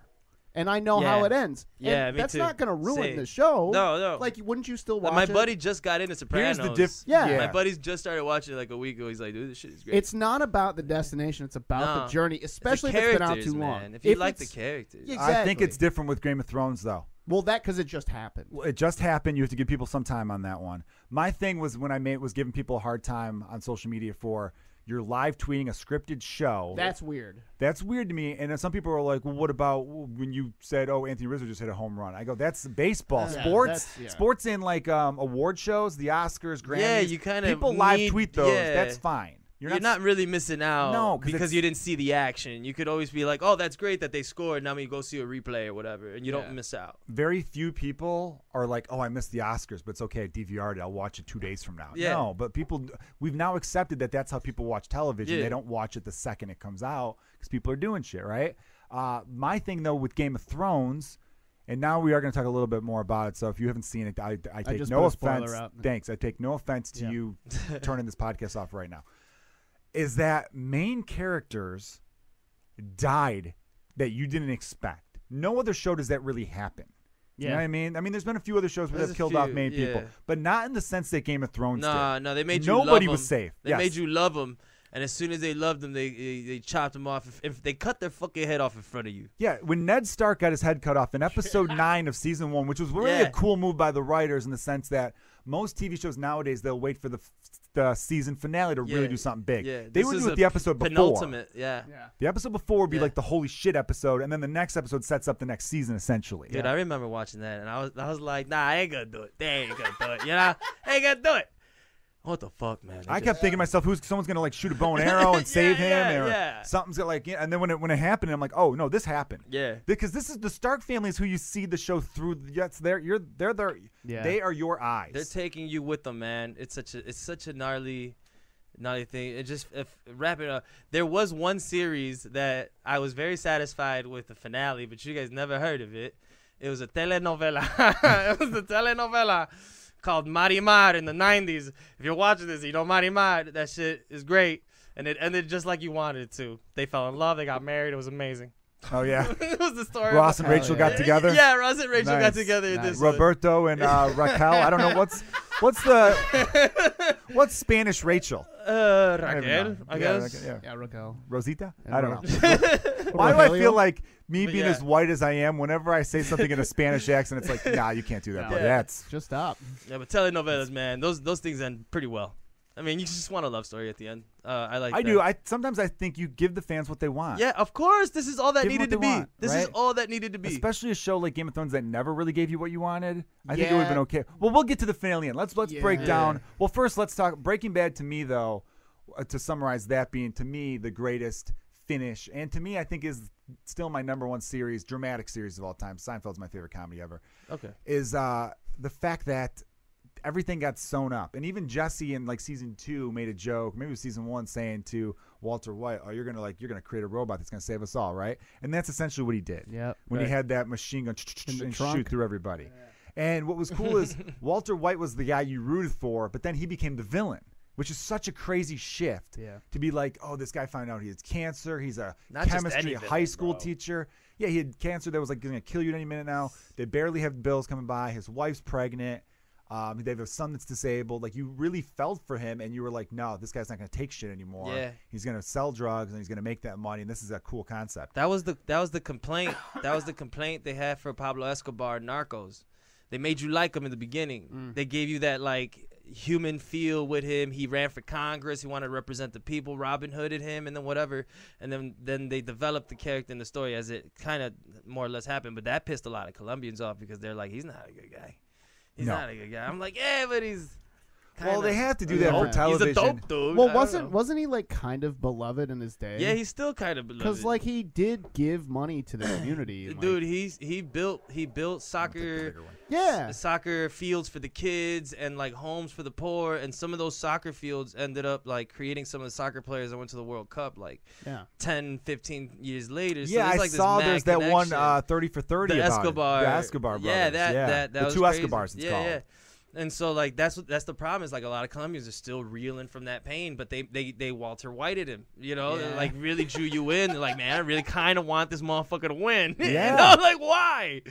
A: and I know how
C: Yeah.
A: it ends. And
C: Yeah, me
A: that's
C: too.
A: not gonna ruin
C: Same.
A: the show.
C: No, no.
A: Like, wouldn't you still watch
C: Like, my
A: it?
C: buddy just got into
B: Here's
C: Sopranos.
B: the diff.
A: Yeah.
C: My buddy's just started watching it like a week ago. He's like, dude, this shit is great.
A: It's not about the destination; it's about
C: No.
A: the journey,
C: It's the
A: especially if it's been out
C: characters,
A: too long.
C: man. If you like the
A: it's-
C: characters.
A: Yeah,
B: I think
A: Exactly.
B: it's different with Game of Thrones though.
A: well, that because it just happened.
B: Well, it just happened. You have to give people some time on that one. My thing was when I made was giving people a hard time on social media for you're live tweeting a scripted show.
A: That's weird.
B: that's weird to me. And then some people are like, "Well, what about when you said, "Oh, Anthony Rizzo just hit a home run?" I go, "That's baseball,
C: Uh,
A: Yeah,
B: sports,
A: that's- yeah.
B: sports in like um, award shows, the Oscars, Grammys.
C: Yeah, you kinda
B: people live
C: need-
B: tweet those.
C: yeah.
B: That's fine.
C: You're, not, really missing out.
B: No, 'cause
C: because
B: it's-
C: you didn't see the action. You could always be like, oh, that's great that they scored. Now we go see a replay or whatever, and you
A: Yeah.
C: don't miss out.
B: very few people are like, "Oh, I missed the Oscars, but it's okay. I DVR'd it. I'll watch it two days from now."
C: Yeah.
B: No, but people, we've now accepted that that's how people watch television.
C: Yeah.
B: They don't watch it the second it comes out because people are doing shit, right? Uh, my thing though with Game of Thrones, and now we are going to talk a little bit more about it. So if you haven't seen it, I, I take
A: just
B: no
A: put a spoiler
B: offense.
A: up.
B: Thanks. I take no offense to
A: Yeah. (laughs)
B: you turning this podcast off right now. Is that main characters died that you didn't expect? No other show does that really happen. You know
A: Yeah.
B: what I mean? I mean, there's been a few other shows where
C: There's
B: they've
C: a
B: killed off
C: few,
B: main people,
C: yeah.
B: but not in the sense that Game of Thrones
C: Nah,
B: did.
C: no, they made you
B: Nobody
C: love
B: was
C: 'em.
B: safe.
C: They
B: Yes.
C: made you love them. and as soon as they loved him, they they, they chopped him off. If, if they cut their fucking head off in front of you,
B: Yeah, when Ned Stark got his head cut off in
C: (laughs)
B: episode nine of season one, which was really
C: Yeah.
B: a cool move by the writers in the sense that most TV shows nowadays they'll wait for the, f- the season finale to really
C: Yeah,
B: do something big.
C: yeah,
B: they
C: this
B: would
C: is
B: do it
C: a
B: the episode before.
C: penultimate, yeah.
A: Yeah.
B: The episode before would be
C: Yeah.
B: like the holy shit episode, and then the next episode sets up the next season essentially.
C: Dude, I remember watching that, and I was, I was like, nah, I ain't gonna do it. They ain't gonna do it. You know, they ain't gonna do it. What the fuck, man? They
B: I
C: just-
B: kept thinking to myself, who's someone's gonna like shoot a
C: (laughs)
B: bow and arrow and
C: Yeah,
B: save him,
C: yeah,
B: or
C: yeah.
B: something's gonna like. Yeah, and then when it when it happened, I'm like, oh no, this happened.
C: yeah,
B: Because this is the Stark family is who you see the show through. That's their you're they're their
A: Yeah.
B: they are your eyes.
C: they're taking you with them, man. It's such a, it's such a gnarly, gnarly thing. It just if, wrap it up. There was one series that I was very satisfied with the finale, but you guys never heard of it. It was a telenovela. (laughs) it was a telenovela called Marimar in the '90s. If you're watching this, you know Marimar. That shit is great, and it ended just like you wanted it to. They fell in love. They got married. It was amazing. (laughs)
B: oh yeah.
C: it was the story. of-
B: Ross and
A: Hell
B: Rachel
A: yeah.
B: got together.
C: Yeah, Ross and Rachel
B: Nice,
C: got together in
A: nice.
C: this. one.
B: Roberto and uh,
C: (laughs)
B: Raquel. I don't know what's what's the what's Spanish Rachel.
C: Uh,
B: I have
C: Raquel,
B: no-
C: I
B: yeah,
C: guess.
B: Raquel, yeah.
A: Yeah, Raquel.
B: Rosita.
A: And
B: I don't
A: Ro-
B: know.
C: (laughs)
B: Why do I feel
A: Rogelio?
B: like me
C: But
B: being
C: yeah.
B: as white as I am? Whenever I say something in a Spanish accent, it's like, nah, you can't do that.
A: No.
B: buddy.
C: (laughs) Yeah.
B: That's
A: Just stop.
C: Yeah, but telenovelas, man, those those things end pretty well. I mean, you just want a love story at the end. Uh, I like.
B: I
C: that.
B: do. I sometimes I think you give the fans what they want.
C: yeah, of course. This is all that
B: Give 'em
C: needed
B: what
C: to be.
B: they want,
C: this is
B: right?
C: all that needed to be.
B: Especially a show like Game of Thrones that never really gave you what you wanted. I think it
A: Yeah.
B: would have been okay. Well, we'll get to the finale end. Let's let's break
A: Yeah.
B: down. Well, first let's talk Breaking Bad. To me, though, uh, to summarize that being to me the greatest finish, and to me I think is still my number one series, dramatic series of all time. Seinfeld's my favorite comedy ever.
C: okay.
B: Is uh, the fact that everything got sewn up, and even Jesse in like season two made a joke, maybe it was season one, saying to Walter White, "Oh, you're gonna like you're gonna create a robot that's gonna save us all, right?" And that's essentially what he did
A: Yep.
B: when he
C: Right.
B: had that machine gun
A: In the
B: and shoot
A: trunk.
B: through everybody. And what was
A: (laughs)
B: cool is Walter White was the guy you rooted for, but then he became the villain, which is such a crazy shift
A: Yeah.
B: to be like, oh, this guy found out he has cancer. He's a
C: Not just
B: chemistry
C: any
B: high
C: villain,
B: school
C: bro.
B: teacher. Yeah, he had cancer that was like going to kill you at any minute now. They barely have bills coming by. His wife's pregnant. Um, they have a son that's disabled. Like you really felt for him, and you were like, no, this guy's not going to take shit anymore.
C: Yeah.
B: He's going to sell drugs and he's going to make that money. And this is a cool concept.
C: That was the that was the complaint. that was the complaint they had for Pablo Escobar in Narcos. They made you like him in the beginning.
B: Mm.
C: They gave you that like human feel with him. He ran for Congress. He wanted to represent the people. Robin Hooded him, and then whatever. And then then they developed the character and the story as it kind of more or less happened. But that pissed a lot of Colombians off because they're like, he's not a good guy. He's
B: No.
C: not a good guy. I'm like, yeah, but he's.
B: Well,
C: kinda
B: they have to do
A: He's
B: that
A: a
B: for
A: dope-
B: television.
C: He's a dope dude. I
A: Well,
C: don't
A: wasn't
C: know.
A: wasn't he like kind of beloved in his day?
C: Yeah, he's still kind of beloved.
A: because like he did give money to the community, and, like-
C: dude, he's he built he built soccer.
A: yeah,
C: the soccer fields for the kids and like homes for the poor and some of those soccer fields ended up like creating some of the soccer players that went to the world cup like
A: yeah,
C: 10 15 years later so
B: Yeah,
C: there's,
B: I
C: like, this
B: saw
C: mad
B: there's that one
C: connection.
B: uh, 30 for 30
C: the
B: about it.
C: escobar
B: The Escobar brothers.
C: yeah that that, that
B: the
C: was
B: two
C: crazy.
B: Escobars it's
C: yeah,
B: called.
C: yeah and so like that's what that's the problem is like a lot of colombians are still reeling from that pain but they they they walter whited him you know They,
A: Yeah.
C: like really drew you in they're like man i really kind of want this motherfucker to win (laughs)
B: Yeah.
C: and i'm like why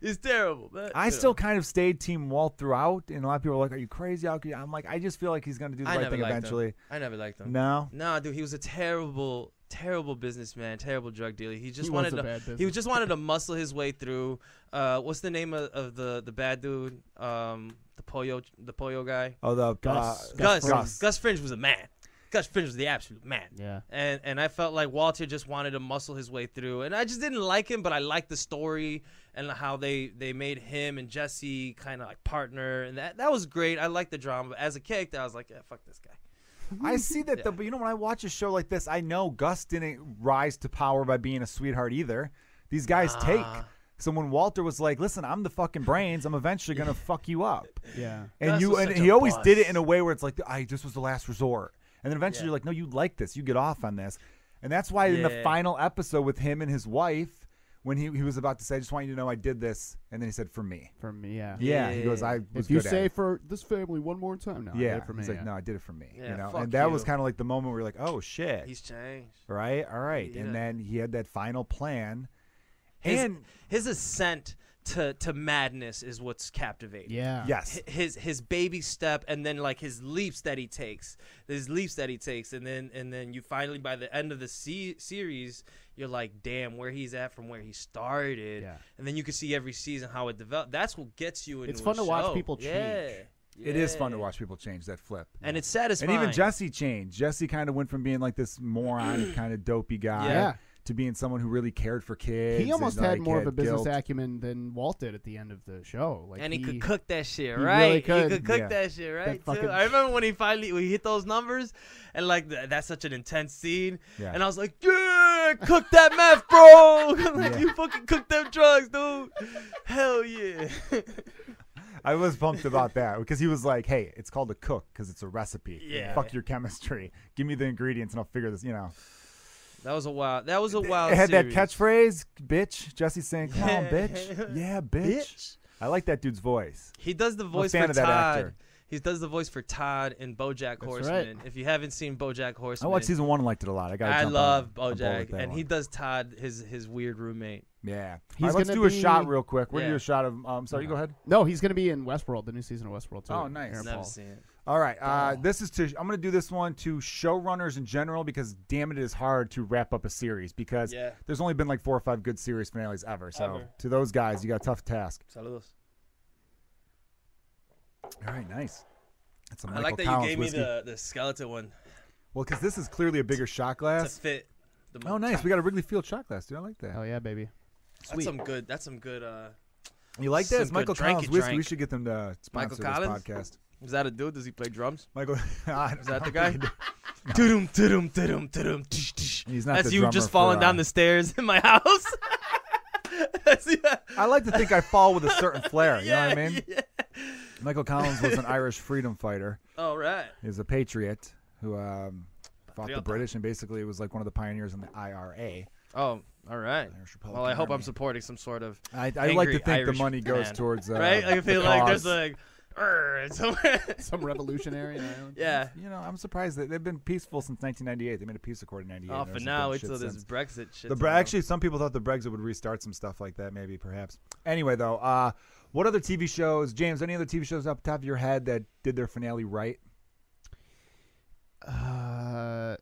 C: it's terrible but,
B: I
C: you
B: still
C: know.
B: kind of stayed Team Walt throughout, and a lot of people are like, "Are you crazy?" How could you-" I'm like, I just feel like he's going to do the
C: I
B: right
C: never
B: thing
C: liked him.
B: eventually.
C: i never liked him
B: No,
C: Nah, dude, he was a terrible, terrible businessman, terrible drug dealer. He just
A: He was
C: wanted
A: a
C: to,
A: bad
C: he
A: business-
C: just wanted to muscle his way through. Uh, what's the name of, of the the bad dude? Um, the pollo, the pollo guy.
B: oh the
A: Gus.
B: uh,
C: Gus,
A: Fring.
C: Gus, Fringe was a man. Gus Fringe was the absolute man.
A: yeah.
C: And and I felt like Walter just wanted to muscle his way through, and I just didn't like him, but I liked the story and how they they made him and Jesse kind of like partner, and that that was great. I liked the drama. But as a character, I was like, yeah, fuck this guy.
B: I see that, though.
C: Yeah.
B: But you know, when I watch a show like this, I know Gus didn't rise to power by being a sweetheart either. These guys take.
C: Ah.
B: So when Walter was like, "Listen, I'm the fucking brains. I'm eventually
C: (laughs)
B: going to fuck you up."
A: yeah.
B: and
C: Gus
B: you
C: was
B: and
C: such
B: he
C: a
B: always did it
C: bus.
B: in a way where it's like I this was the last resort, and then eventually
C: Yeah.
B: you're like, no, you like this, you get off on this, and that's why in the
C: Yeah.
B: final episode with him and his wife, when he, he was about to say, I just want you to know I did this, and then he said for me,
A: For me, yeah.
B: yeah, he
C: Yeah.
B: goes, I was
A: If you
B: good at
A: say
B: it."
A: for this family one more time, no, I did
B: yeah,
A: it for me,
B: he's like,
A: yeah.
B: no, I did it for me, you
C: Yeah,
B: know,
C: fuck
B: and that was
C: you.
B: kind of like the moment where you're like, oh shit,
C: He's changed.
B: right, all right,
C: He
B: and
C: did.
B: then he had that final plan,
C: His,
B: and
C: his ascent to to madness is what's captivating.
A: Yeah.
B: Yes.
C: Hi- his his baby step and then like his leaps that he takes his leaps that he takes and then and then you finally by the end of the se- series you're like damn where he's at from where he started
A: Yeah.
C: and then you can see every season how it developed that's what gets you into
A: It's fun
C: a
A: to watch
C: show.
A: people change.
C: yeah.
B: It is fun to
C: Yeah.
B: watch people change that flip.
C: and it's satisfying
B: and even Jesse changed. Jesse kind of went from being like this
C: (clears throat)
B: moron, kind of dopey guy,
A: Yeah.
B: to being someone who really cared for kids.
A: He almost
B: and,
A: had
B: like,
A: more of a business
B: guilt.
A: acumen than Walt did at the end of the show. Like
D: and he, could cook that shit,
A: he
D: right?
A: really
D: He
A: could.
D: could cook
B: Yeah.
D: that shit, right? too.
A: fucking-
D: I
C: I remember when he finally we hit those numbers, and like th- that's such an intense scene.
B: Yeah.
C: And I was like, yeah, cook that meth, bro. (laughs) like
B: Yeah.
C: you fucking cook them drugs, dude. Hell yeah.
B: I was pumped about that (laughs) because he was like, "Hey, it's called a cook because it's a recipe.
C: Yeah.
B: Fuck your chemistry. Give me the ingredients and I'll figure this." You know,
C: that was a wild. That was a wild.
B: it had
C: series.
B: that catchphrase, "Bitch." Jesse saying, "Come on,
C: Yeah. (laughs)
B: bitch. Yeah, bitch.
C: Bitch.
B: I like that dude's voice.
C: He does the voice
B: fan
C: for
B: of that
C: Todd.
B: actor.
C: He does the voice for Todd in BoJack Horseman. If you haven't seen BoJack
B: I
C: Horseman,
B: watched season one and liked it a lot. I got.
C: I love BoJack,
B: BoJack,
C: and he does Todd his his weird roommate.
B: Yeah.
A: He's
B: All right, let's
A: gonna
B: do a shot
A: be-
B: real quick. We're gonna do
C: Yeah.
B: a shot of. Um, sorry, you go ahead.
A: No, he's going to be in Westworld, the new season of Westworld too.
B: Oh, nice.
A: Aaron
B: Never
A: Paul.
C: Never seen it.
B: All right, uh, this is to. I'm going to do this one to showrunners in general because damn it, it is hard to wrap up a series because
C: Yeah.
B: there's only been like four or five good series finales ever. So
C: Ever.
B: to those guys, you got a tough task.
C: Saludos.
B: All right, nice. That's a
C: I
B: Michael
C: like that
B: Collins
C: you gave
B: whiskey.
C: me the the skeleton one
B: Well, because this is clearly a bigger shot
C: to
B: glass.
C: fit. The
B: Oh, nice. We got a Wrigley Field shot glass, dude. I like that.
A: Hell yeah, baby.
C: That's some good. That's some good. Uh,
B: You like that?
C: Some
B: It's Michael
C: good dranky
B: Collins whiskey. We
C: drank.
B: should get them to sponsor
C: Michael
B: this
C: Collins?
B: podcast.
C: is that a dude? Does he play drums?
B: Michael, (laughs) is
C: Is that the guy? (laughs) Tudum, tudum, tudum, tudum, tsh, tsh.
B: He's not
C: That's
B: the
C: you
B: drummer
C: just
B: for,
C: falling down
B: uh,
C: the stairs in my (laughs) house. That's, yeah.
B: I like to think I fall with a
C: (laughs)
B: certain flair. You know what I
C: Yeah,
B: mean?
C: yeah.
B: Michael Collins
C: (laughs)
B: was an Irish freedom fighter.
C: All right.
B: is a patriot who um, fought the
C: Patriota.
B: British and basically was like one of the pioneers in the IRA.
C: Oh, all right.
B: Irish
C: Well, I hope I'm
B: Republican
C: supporting some sort of
B: Army. I, I like to
C: angry
B: think the
C: Irish
B: money goes
C: man.
B: towards uh,
C: right. Like, I
B: the
C: feel like there's
B: cause.
C: like, (laughs) "Arr,"
B: (laughs)
C: somewhere.
A: (laughs) Some revolutionary in Ireland.
C: yeah.
B: You know, I'm surprised that they've been peaceful since 1998. They made a peace accord in 98.
C: Oh,
B: There's
C: for
B: some
C: now,
B: dumb
C: wait
B: shit
C: till this
B: since.
C: Brexit shit.
B: The Bre- actually, some people thought the Brexit would restart some stuff like that. Maybe, perhaps. Anyway, though, uh, what other TV shows, James? Any other TV shows up the top of your head that did their finale right?
A: Uh,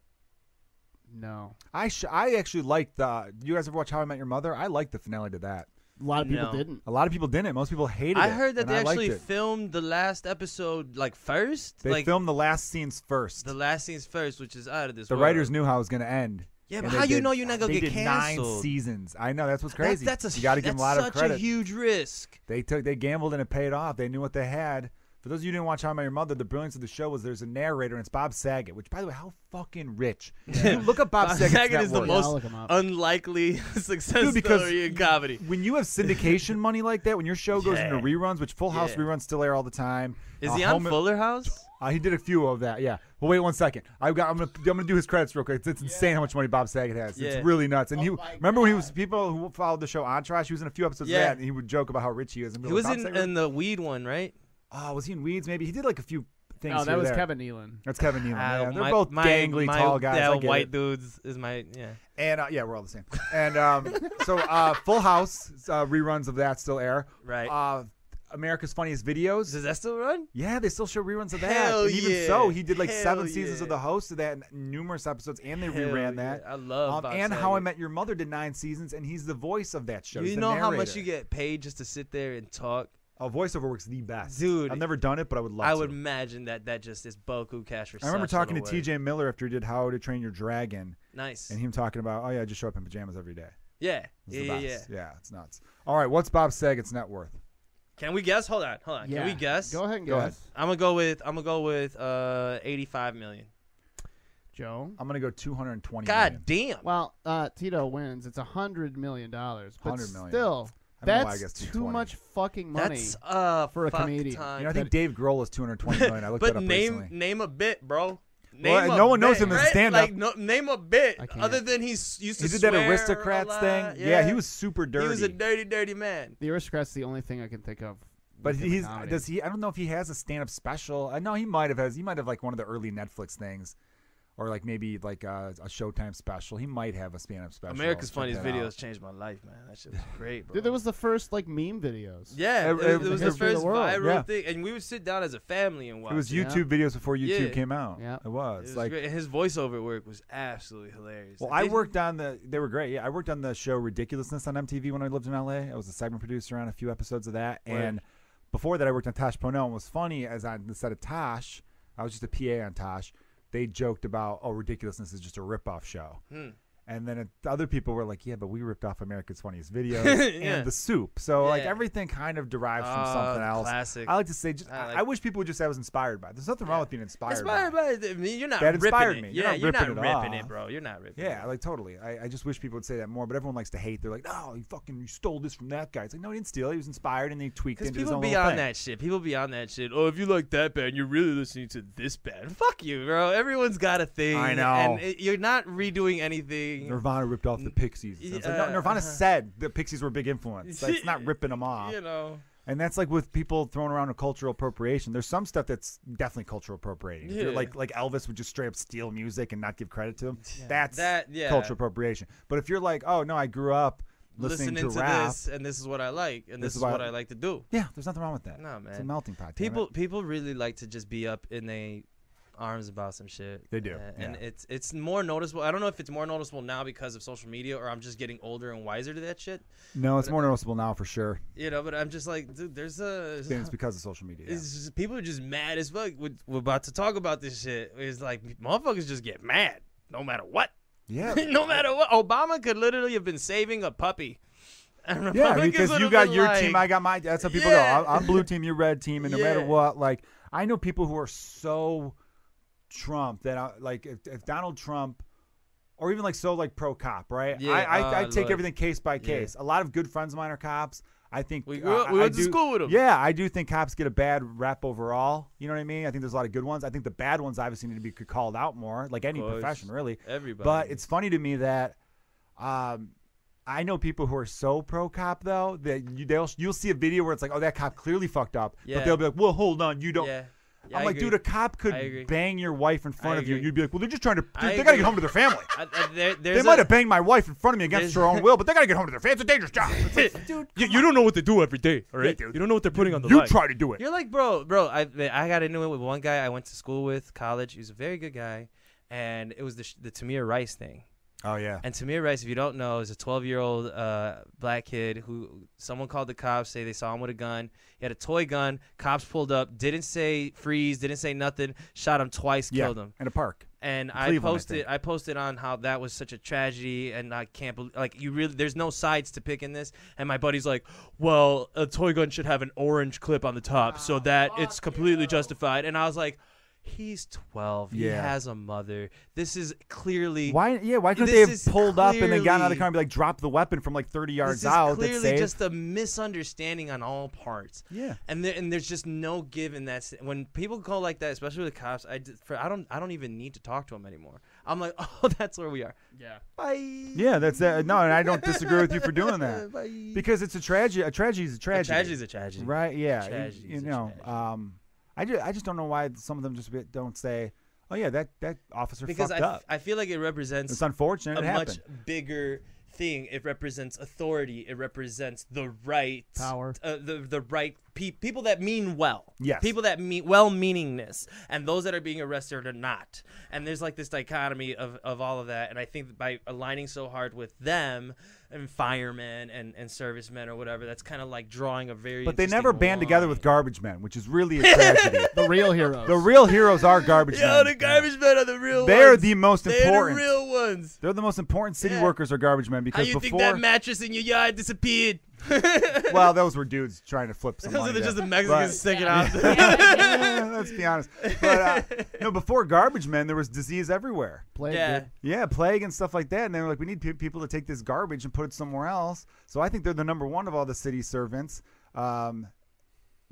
A: no.
B: I sh- I actually liked the. You guys ever watch How I Met Your Mother? I liked the finale to that.
A: A lot of people
C: No.
A: didn't.
B: A lot of people didn't. Most people hated
C: I
B: it.
C: heard that
B: and
C: they
B: I liked
C: actually
B: it.
C: filmed the last episode like first.
B: They
C: like
B: filmed the last scenes first.
C: the
B: The,
C: last scenes first, which is out of this. world.
B: writers knew how it was going to end.
C: Yeah,
B: and
C: but
B: they
C: how you
B: did-
C: know you're not gonna
B: they
C: get
B: did Nine
C: canceled?
B: seasons. I know that's what's
C: That-
B: crazy.
C: That's, a
B: you got to
C: hu-
B: give them a lot
C: that's
B: of
C: such a
B: credit.
C: huge risk.
B: they took they gambled and it paid off. They knew what they had. For those of you who didn't watch How I Met Your Mother, the brilliance of the show was there's a narrator and it's Bob Saget, which by the way, how fucking rich. You look up Bob,
C: (laughs) Bob
B: Saget's
C: Saget is
B: net worth.
C: the
A: Yeah, I'll look
C: most
A: 'em up.
C: unlikely (laughs) success
B: Uh, Dude, because-
C: story in comedy.
B: When you have syndication money like that, when your show goes
C: Yeah.
B: into reruns, which Full House
C: Yeah.
B: reruns still air all the time.
C: Is
B: uh,
C: he on
B: Home-
C: Fuller House?
B: Uh, he did a few of that, yeah. Well, wait one second. I've got. I'm gonna. I'm gonna do his credits real quick. It's, it's insane how much money Bob Saget has.
C: Yeah.
B: It's really nuts. And he
A: Oh my
B: remember when he was people who followed the show Entourage. He was in a few episodes
C: Yeah.
B: of that, and he would joke about how rich he is. And
C: He was in, in the weed one, right?
B: oh, was he in Weeds? Maybe he did like a few things.
A: No,
B: here
A: that
B: or
A: was
B: there.
A: Kevin Nealon.
B: That's Kevin Nealon.
C: Ah,
B: yeah. They're
C: my-
B: both
C: my-
B: gangly,
C: my-
B: tall guys.
C: Yeah,
B: I get
C: white
B: it.
C: dudes is my yeah.
B: And uh, yeah, we're all the same. And um,
C: (laughs)
B: so uh, Full House uh, reruns of that still air.
C: Right.
B: Uh, America's Funniest Videos.
C: Does that still run?
B: Yeah, they still show reruns of that.
C: Hell
B: and even
C: yeah.
B: so, he did like
C: Hell
B: seven seasons
C: yeah.
B: of the host of that, and numerous episodes, and they
C: Hell
B: reran
C: yeah.
B: that.
C: I love
B: Um,
C: Bob
B: and How I
C: Saget.
B: Met Your Mother did nine seasons, and he's the voice of that show. He's
C: You
B: the
C: know how much
B: narrator.
C: you get paid just to sit there and talk?
B: Oh, voiceover work's the best,
C: Dude,
B: I've never done it, but I would love.
C: I would
B: to.
C: imagine that that just is Boku cash for
B: I remember
C: such
B: talking to
C: little work.
B: T.J. Miller after he did How to Train Your Dragon,
C: Nice.
B: and him talking about, oh yeah, I just show up in pajamas every day.
C: yeah.
B: It's the
C: Yeah, yeah, yeah.
B: best. yeah, it's nuts. All right, what's Bob Saget's net worth?
C: Can we guess? Hold on, hold on.
A: Yeah.
C: Uh, Can we guess?
A: Go ahead and
B: Go
A: guess.
B: ahead.
C: I'm gonna go with I'm gonna go with uh 85 million.
A: Joe.
B: I'm gonna go 220.
C: God
B: million.
C: damn.
A: Well, uh, Tito wins. It's a hundred million dollars, but
B: 100 million.
A: still,
B: I don't know why I
A: that's
B: guessed
A: too
B: 220.
A: much fucking money.
C: That's uh
A: for a
C: fuck
A: comedian.
C: Time.
B: You know, I think Dave Grohl is 220 million. I looked
C: but
B: that up
C: name
B: recently.
C: name a bit, bro. Name
B: Well,
C: a
B: no one knows
C: bit,
B: him as a
C: right?
B: stand-up.
C: Like, no, name a bit
A: I can't.
C: other than he's used
B: he
C: to
B: did that
C: swear a
B: aristocrats
C: lot.
B: thing. Yeah. he was super dirty.
C: He was a dirty, dirty man.
A: the aristocrat's the only thing I can think of.
B: but
A: within
B: he's
A: comedy.
B: does he? I don't know if he has a stand up special. I know he might have has. He might have like one of the early Netflix things. or like maybe like a, a Showtime special. He might have a stand-up special.
D: America's
B: Check
D: Funniest
B: that out.
D: Videos changed my life, man. That shit was
B: (laughs)
D: great, bro.
A: Dude, that was the first like meme videos.
C: Yeah,
B: Ev-
C: it, it
B: ev-
C: was the
A: history of the
C: first
A: world,
C: viral
B: yeah.
C: thing, and we would sit down as a family and watch.
B: It was
A: Yeah.
B: YouTube videos before YouTube
C: Yeah.
B: came out.
A: Yeah.
B: It
D: It
B: was
D: was
B: like
D: great. And his voiceover work was absolutely hilarious.
B: Well,
D: Like,
B: I
D: they-
B: worked on the. They were great. Yeah, I worked on the show Ridiculousness on MTV when I lived in LA. I was a segment producer on a few episodes of that, and before that, I worked on Tosh Pono. And what's funny as on the set of Tosh, I was just a PA on Tosh. They joked about, "Oh, Ridiculousness is just a rip-off show,"
C: hmm.
B: and then it, the other people were like, "Yeah, but we ripped off America's Funniest Videos
C: Yeah.
B: and The Soup." So like
C: Yeah.
B: everything kind of derives from
C: Oh,
D: Ah,
B: something else.
D: classic.
B: I like to say, just,
D: I
B: I,
D: like-
B: I wish people would just say I was inspired by. it. There's nothing wrong with being inspired. by. it.
C: Inspired by it. I mean, you're not
B: That
C: ripping
B: inspired
C: it.
B: me. You're
C: Yeah,
B: not
C: you're not
B: ripping
C: ripping,
B: it
C: it,
B: off.
C: bro. You're not ripping.
B: Yeah,
C: it.
B: like totally. I, I just wish people would say that more, but everyone likes to hate. They're like, "Oh, you fucking you stole this from that guy." It's like, no, he didn't steal. it. He was inspired and they tweaked it
C: because
B: into his
C: people
B: own
C: be
B: little
C: on
B: thing.
C: that shit. People be on that shit. Oh, if you like that band, you're really listening to this band. (laughs) Fuck you, bro. Everyone's got a thing.
B: I know.
C: and it, you're not redoing anything.
B: Nirvana ripped off the Pixies. So it's like, no,
C: Yeah. uh-huh.
B: Nirvana said the Pixies were a big influence. Like, it's not
C: (laughs)
B: ripping them off.
C: You know,
B: And that's like with people throwing around a cultural appropriation. There's some stuff that's definitely cultural appropriating. If you're
C: Yeah.
B: like like Elvis would just straight up steal music and not give credit to him. That's
C: That- yeah.
B: cultural appropriation. But if you're like, oh no, I grew up listening,
C: listening
B: to rap.
C: this, and this is what I like, and
B: This
C: this,
B: is
C: is
B: why-
C: what I like to do.
B: Yeah, there's nothing wrong with that.
C: No,
B: It's a
C: man.
B: melting pot. damn it.
C: People people really like to just be up in their arms about some shit.
B: They do,
C: Uh, And
B: yeah.
C: it's it's more noticeable. I don't know if it's more noticeable now because of social media or I'm just getting older and wiser to that shit.
B: No, it's more noticeable now for sure.
C: You know, but I'm just like, dude, there's a
B: Then it's because of social media.
C: (laughs) it's just, people are just mad as fuck. We're, we're about to talk about this shit. It's like motherfuckers just get mad no matter what. (laughs)
B: yeah.
C: no matter what. Obama could literally have been saving a puppy. (laughs) And
B: Yeah,
C: Republicans
B: because
C: would
B: you
C: have
B: got
C: been
B: your
C: like-
B: team, I got my. That's how people
C: Yeah.
B: go. I'm, I'm blue team, you're red team, and no matter
C: Yeah.
B: what, like I know people who are so Trump that I, like if, if Donald Trump, or even like so like pro cop, right?
C: Yeah,
B: I I, I
C: ah,
B: take
C: Lord.
B: everything case by case. A lot of good friends of mine are cops. I think
C: We
B: uh,
C: grew up- we
B: I- I
C: went to
B: do-
C: school with 'em.
B: Yeah, I do think cops get a bad rep overall. You know what I mean? I think there's a lot of good ones. I think the bad ones obviously need to be called out more, like any
C: course.
B: profession, really.
C: Everybody.
B: But it's funny to me that um, I know people who are so pro cop though that you, they'll you'll see a video where it's like, oh, that cop clearly fucked up,
C: Yeah.
B: but they'll be like, well, hold on, you don't.
C: yeah. Yeah,
B: I'm
C: I
B: like,
C: agree.
B: dude, a cop
C: I
B: could
C: agree.
B: bang your wife in front
C: I
B: of you.
C: agree.
B: You'd be like, well, they're just trying to.
C: I
B: They gotta
C: agree.
B: get home to their
C: (laughs)
B: family.
C: I, I, there,
B: They
C: there's
B: might
C: a-
B: have banged my wife in front of me against her
C: there's-
B: own will, but they gotta get home to their family. It's a dangerous job. It's like, dude,
E: You, you don't know what they do every day, all right?
B: dude.
E: You don't know what they're putting on the
B: you
E: line.
B: try to do it.
C: You're like, bro, bro. I I got into it with one guy I went to school with, college. He was a very good guy, and it was the sh- the Tamir Rice thing.
B: Oh yeah.
C: And Tamir Rice, if you don't know, is a 12 year old uh, black kid who someone called the cops, say they saw him with a gun. He had a toy gun. Cops pulled up, didn't say freeze, didn't say nothing, shot him twice,
B: Yeah.
C: (laughs) killed him.
B: In a park.
C: And I
B: Cleveland, I
C: posted, I, posted on how that was such a tragedy, and I can't believe, like, you really, there's no sides to pick in this. And my buddy's like, well, a toy gun should have an orange clip on the top, so that it's completely justified. And I was like, he's 12, he
B: Yeah.
C: has a mother. This is clearly
B: Why? Yeah. Why couldn't
C: This
B: they have
C: is
B: pulled up and then gotten out of the
C: clearly-
B: car and be like, drop the weapon from like 30 yards
C: This is
B: out? that's
C: clearly
B: safe?
C: just a misunderstanding on all parts.
B: Yeah.
C: and there, and there's just no give in that. si- When people go like that, especially with cops, I d- for, I don't I don't even need to talk to them anymore. I'm like, (laughs) oh, that's where we are.
D: Yeah.
B: Yeah, that's uh, no, and I don't disagree with you for doing that because it's a tragedy. A tragedy is a tragedy.
C: Tragedy's a tragedy.
B: right? Yeah, you-
C: Tragedy's
B: you,
C: a
B: know.
C: tragedy.
B: Um, I just, I just don't know why some of them just don't say, "Oh yeah, that that officer
C: Because I,
B: fucked up."
C: f- I feel like it represents
B: it's unfortunate.
C: a
B: It
C: much
B: happened.
C: bigger thing. It represents authority. It represents the right
A: Power.
C: Uh, the the right pe- people that mean well.
B: Yes.
C: People that mean well meaningness, and those that are being arrested are not. And there's like this dichotomy of of all of that. And I think that by aligning so hard with them and firemen and and servicemen or whatever, that's kind of like drawing a very.
B: But they
C: interesting
B: never band together
C: line.
B: with garbage men, which is
C: (laughs)
B: really a tragedy.
A: The real heroes.
B: the real heroes are garbage
C: Yo,
B: men.
C: the garbage men are the real.
B: They're
C: ones.
B: the most
C: They're the
B: important.
C: real ones.
B: They're the most important city
C: Yeah.
B: workers are garbage men
C: How
B: because
C: you
B: before,
C: think that mattress in your
B: (laughs)
C: yard disappeared? (laughs)
B: Oh well, those were dudes trying to flip some
C: Those
B: money
C: are just
B: there.
C: the Mexicans
B: But-
C: sticking
B: (laughs)
C: out.
B: Yeah, Let's be honest. But uh, no, before garbage men, there was disease everywhere.
A: Plague,
C: yeah.
A: dude.
B: Yeah, plague and stuff like that. And they were like, we need pe- people to take this garbage and put it somewhere else. So I think they're the number one of all the city servants. Um,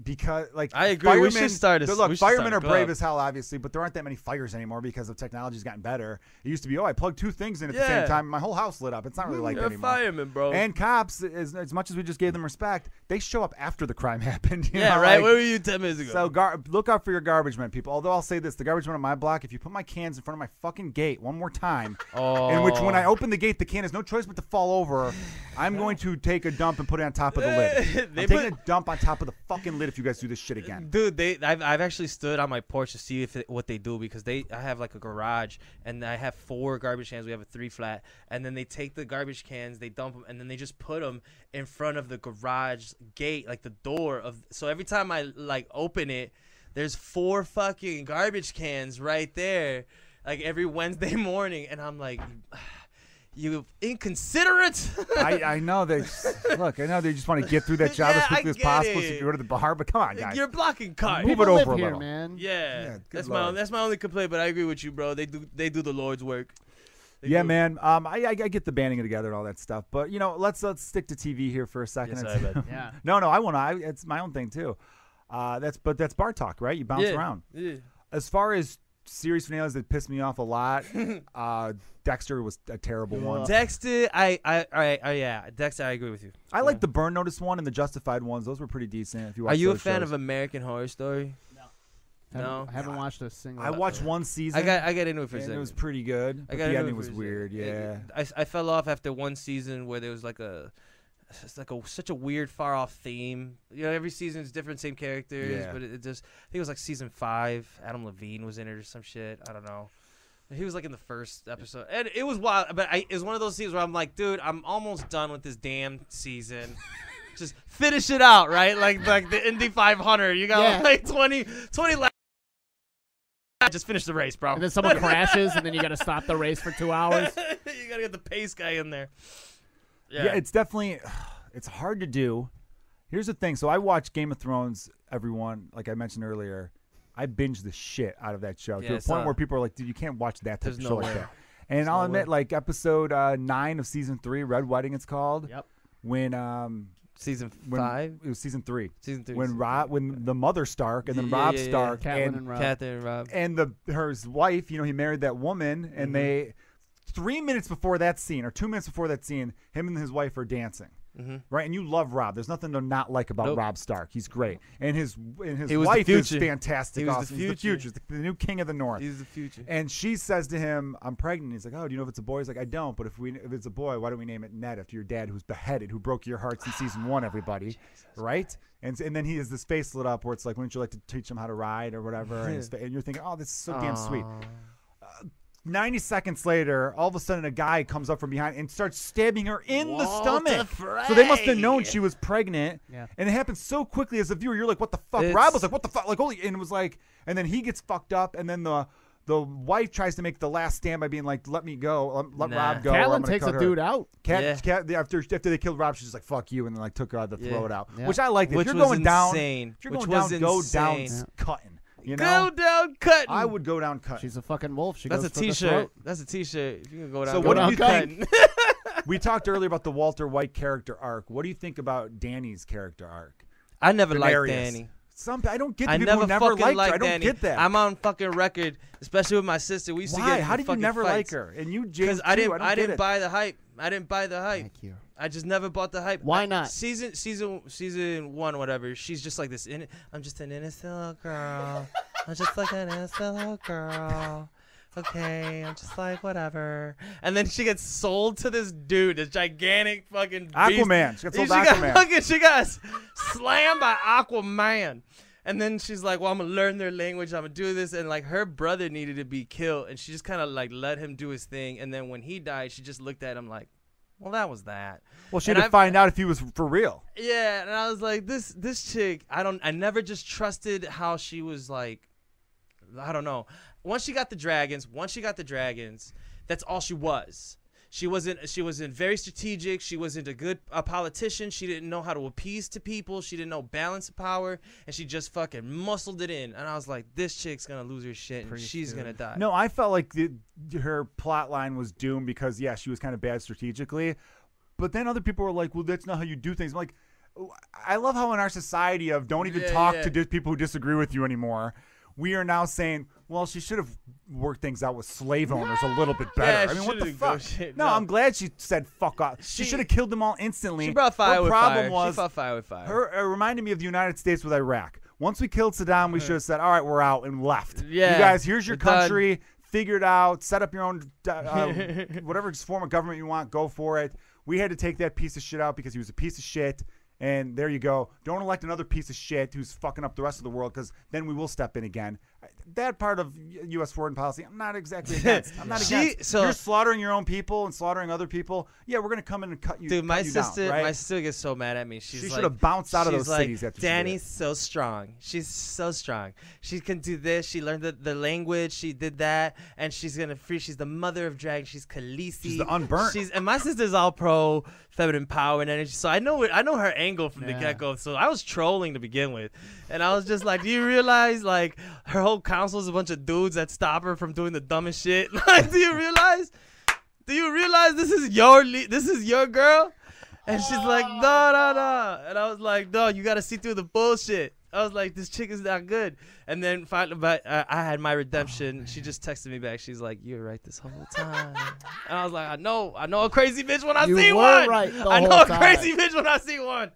B: because like
C: I agree. We should
B: firemen-
C: start a-
B: they're- look,
C: we should start a
B: firemen are brave
C: club.
B: as hell, obviously, but there aren't that many fires anymore because of technology's gotten better. It used to be, oh, I plugged two things in at the
C: Yeah.
B: same time, my whole house lit up. It's not really like
C: You're
B: that
C: a
B: anymore.
C: fireman, bro.
B: And cops, as, as much as we just gave them respect, they show up after the crime (laughs) happened. you
C: yeah,
B: know,
C: right.
B: like-
C: Where were you ten minutes ago?
B: so gar- look out for your garbage men, people. Although I'll say this, the garbage men on my block, if you put my cans in front of my fucking gate one more time,
C: oh.
B: in which when I open the gate, the can has no choice but to fall over, I'm going to take a dump and put it on top of the
C: (laughs)
B: lid. I'm
C: They
B: taking
C: put-
B: a dump on top of the fucking lid if you guys do this shit again.
C: Dude, they I've, I've actually stood on my porch to see if it, what they do because they I have like a garage and I have four garbage cans. We have a three flat, and then they take the garbage cans, they dump them, and then they just put them in front of the garage gate, like the door of. So every time I like open it, there's four fucking garbage cans right there, like every Wednesday (laughs) morning, and I'm like, (sighs) you inconsiderate. (laughs)
B: I, I know they look. I know they just want to get through that job as
C: Yeah, I
B: quickly as
C: get
B: possible
C: it.
B: to go to the bar. But come on, guys.
C: You're blocking cars.
B: Move it
A: People live
B: over a
A: here,
B: little.
A: man.
C: Yeah,
B: good
C: that's my
B: lord.
C: that's my only complaint. But I agree with you, bro. They do they do the Lord's work. They
B: Yeah,
C: do.
B: man. Um, I, I I get the banding it together and all that stuff, but you know, let's let's stick to TV here for a second.
C: Yes,
B: It's-
C: I
B: (laughs)
C: bet.
A: Yeah.
B: no, no, I want to. It's my own thing too. Uh, that's but that's bar talk, right? You bounce
C: yeah.
B: around.
C: Yeah.
B: As far as series finales that pissed me off a
C: (laughs)
B: lot, uh, Dexter was a terrible one.
C: Dexter, I I all right, oh yeah, Dexter, I agree with you.
B: I like the Burn Notice one and the Justified ones. Those were pretty decent. If you watch
C: Are you a fan of American Horror Story?
A: Haven't-
C: No.
A: I haven't watched a single.
B: I watched one season.
C: uh, I got I got into it for a
B: and
C: second.
B: it was pretty good.
C: I
B: But
C: got
B: the
C: into
B: ending
C: it
B: was
C: for a
B: weird.
C: second.
B: Yeah.
C: It- I, I fell off after one season where there was like a it's like a such a weird far off theme. You know, every season is different, same characters,
B: Yeah.
C: but it, it just I think it was like season five. Adam Levine was in it or some shit. I don't know. He was like in the first episode, and it was wild. But I, it was one of those scenes where I'm like, dude, I'm almost done with this damn
B: (laughs)
C: season. just finish it out, right? Like like the Indy 500. You got
A: Yeah.
C: like 20, 20 laps. Just finish the race, bro
A: And then someone crashes, and then you got to stop the race for two
C: (laughs)
A: hours.
C: you gotta get the pace guy in there.
B: yeah. it's definitely (sighs) it's hard to do. Here's the thing. So I watch Game of Thrones. Everyone, like I mentioned earlier, I binge the shit out of that show
C: Yeah,
B: to a
C: it's
B: point
C: not-
B: where people are like, "Dude, you can't watch that type
C: There's
B: of
C: no
B: show like
C: way.
B: that." And I'll
C: no
B: admit, like episode uh, nine of season three, Red Wedding, it's called.
A: Yep.
B: When um
C: season
B: when
C: five,
B: it was season three.
C: season three.
B: When Rob, when the mother Stark, and then
C: Yeah,
B: Rob
C: yeah, yeah.
B: Stark,
A: Catelyn
B: and
A: and Rob.
C: Catherine and Rob.
B: and the her his wife, you know, he married that woman,
C: Mm-hmm.
B: and they three minutes before that scene or two minutes before that scene, him and his wife are dancing.
C: Mm-hmm.
B: Right, and you love Rob. There's nothing to not like about
C: Nope.
B: Rob Stark. He's great, and his and his
C: He was the
B: wife is
C: future.
B: fantastic.
C: He was the
B: awesome. He's the
C: future.
B: future, the, the new king of the north.
C: He's the future.
B: and she says to him, "I'm pregnant." He's like, "Oh, do you know if it's a boy?" He's like, "I don't, but if we if it's a boy, why don't we name it Ned after your dad, who's beheaded, who broke your hearts in season one? Everybody, right?" And and then he has this face lit up where it's like, "Wouldn't you like to teach him how to ride or whatever?" and, his fa- and you're thinking, "Oh, this is so damn sweet." Uh, Ninety seconds later, all of a sudden, a guy comes up from behind and starts stabbing her in the stomach. So they must have known she was pregnant.
A: Yeah.
B: And it happened so quickly as a viewer, you're like, "What the fuck?"
C: It's-
B: Rob was like, "What the fuck?" Like, holy, and it was like, and then he gets fucked up, and then the the wife tries to make the last stand by being like, "Let me go, let, let
C: Nah.
B: Rob go." or I'm
A: Callan
B: gonna
A: takes a
B: cut her."
A: dude out.
B: Cat,
C: Yeah.
B: Cat- after after they killed Rob, she's just like, "Fuck you," and then like took her out to throw
C: Yeah.
B: it out,
A: Yeah.
B: which I like. If
C: Which
B: you're
C: was
B: going down,
C: insane.
B: if you're
C: Which
B: going
C: was
B: down, go down,
C: insane.
B: s- cutting. You
C: Go
B: know,
C: down, cutting.
B: I would go down cutting.
A: She's a fucking wolf. She
C: That's a
A: goes for the
C: t-shirt.
A: throat.
C: That's a t-shirt. If you can go down.
B: So
C: go
B: what
C: down,
B: do you
C: cutting.
B: we talked earlier about the Walter White character arc. What do you think about Danny's character arc?
C: (laughs) I never liked
B: Daenerys.
C: Danny.
B: Some I don't get the
C: I
B: people
C: never,
B: who never liked
C: fucking liked
B: her. I don't
C: Danny.
B: get that.
C: I'm on fucking record, especially with my sister. We used to
B: Why?
C: get
B: How did you never like her? And you, James,
C: Because I didn't.
B: Too. I, don't
C: I
B: get
C: didn't
B: it.
C: buy the hype. I didn't buy the hype.
A: Thank you.
C: I just never bought the hype.
A: Why
C: I-
A: not?
C: season season season one, whatever. She's just like this. In, I'm just an innocent little girl. I'm just like an innocent little girl. Okay, I'm just like whatever. And then she gets sold to this dude, this gigantic fucking beast.
B: Aquaman. She got
C: She
B: sold to
C: got
B: Aquaman.
C: fucking. She got s- slammed by Aquaman. And then she's like, "Well, I'm gonna learn their language. I'm gonna do this." And like, her brother needed to be killed, and she just kind of like let him do his thing. And then when he died, she just looked at him like, "Well, that was that."
B: Well, she
C: And
B: had to
C: I've-
B: find out if he was for real.
C: Yeah, and I was like, this this chick, I don't, I never just trusted how she was like, I don't know. Once she got the dragons, once she got the dragons, that's all she was. She wasn't. She wasn't very strategic. She wasn't a good a politician. She didn't know how to appease to people. She didn't know balance of power, and she just fucking muscled it in. And I was like, this chick's gonna lose her shit, and she's gonna die.
B: No, I felt like the, her plot line was doomed because yeah, she was kind of bad strategically, but then other people were like, "Well, that's not how you do things." I'm like, I love how in our society of don't even
C: Yeah,
B: talk
C: yeah.
B: to dis- people who disagree with you anymore, we are now saying, well, she should have worked things out with slave owners a little
C: (laughs)
B: bit better.
C: Yeah,
B: I
C: she
B: mean, what the
C: should've
B: fuck?
C: negotiated-
B: No,
C: no.
B: I'm glad she said fuck off. She,
C: She-
B: should have killed them all instantly.
C: She brought fire
B: Her
C: with
B: problem
C: fire.
B: was
C: she fought fire with fire.
B: her it reminded me of the United States with Iraq. Once we killed Saddam,
C: Uh-huh.
B: we should have said, "All right, we're out," and left.
D: Yeah,
B: you guys, here's your
D: we're done.
B: country. Figure it out. Set up your own, uh, uh,
C: (laughs)
B: whatever form of government you want. Go for it. We had to take that piece of shit out because he was a piece of shit. And there you go. Don't elect another piece of shit who's fucking up the rest of the world because then we will step in again. I- That part of U- U.S. foreign policy, I'm not
C: (laughs)
B: exactly against. I'm not
C: She-
B: against.
C: so-
B: You're slaughtering your own people and slaughtering other people. Yeah, we're gonna come in and cut you.
C: Dude, my
B: cut you down,
C: sister,
B: right?
C: my sister gets so mad at me. She's
B: She
C: like,
B: should've bounced out of
C: she's
B: those
C: like,
B: cities after she did it.
C: Danny's so strong. She's so strong. She can do this. She learned the, the language. She did that, and she's gonna free. She's the mother of dragons. She's Khaleesi.
B: She's the unburnt.
C: She's and my sister's all pro feminine power and energy. So I know it, I know her angle from
A: Yeah.
C: the get go. So I was trolling to begin with, and I was just like, do you realize like her whole council is a bunch of dudes that stop her from doing the dumbest shit? (laughs) Like, do you realize? do you realize this is your le- this is your girl? And she's like, no, no, no. And I was like, no, you gotta see through the bullshit. I was like, this chick is not good. And then finally, but uh, I had my redemption. she just texted me back. She's like, you were right this whole time. and I was like, I know, I know a crazy bitch when I
A: You
C: see
A: were
C: one.
A: right the
C: I know
A: whole
C: a
A: time.
C: crazy bitch when I see one.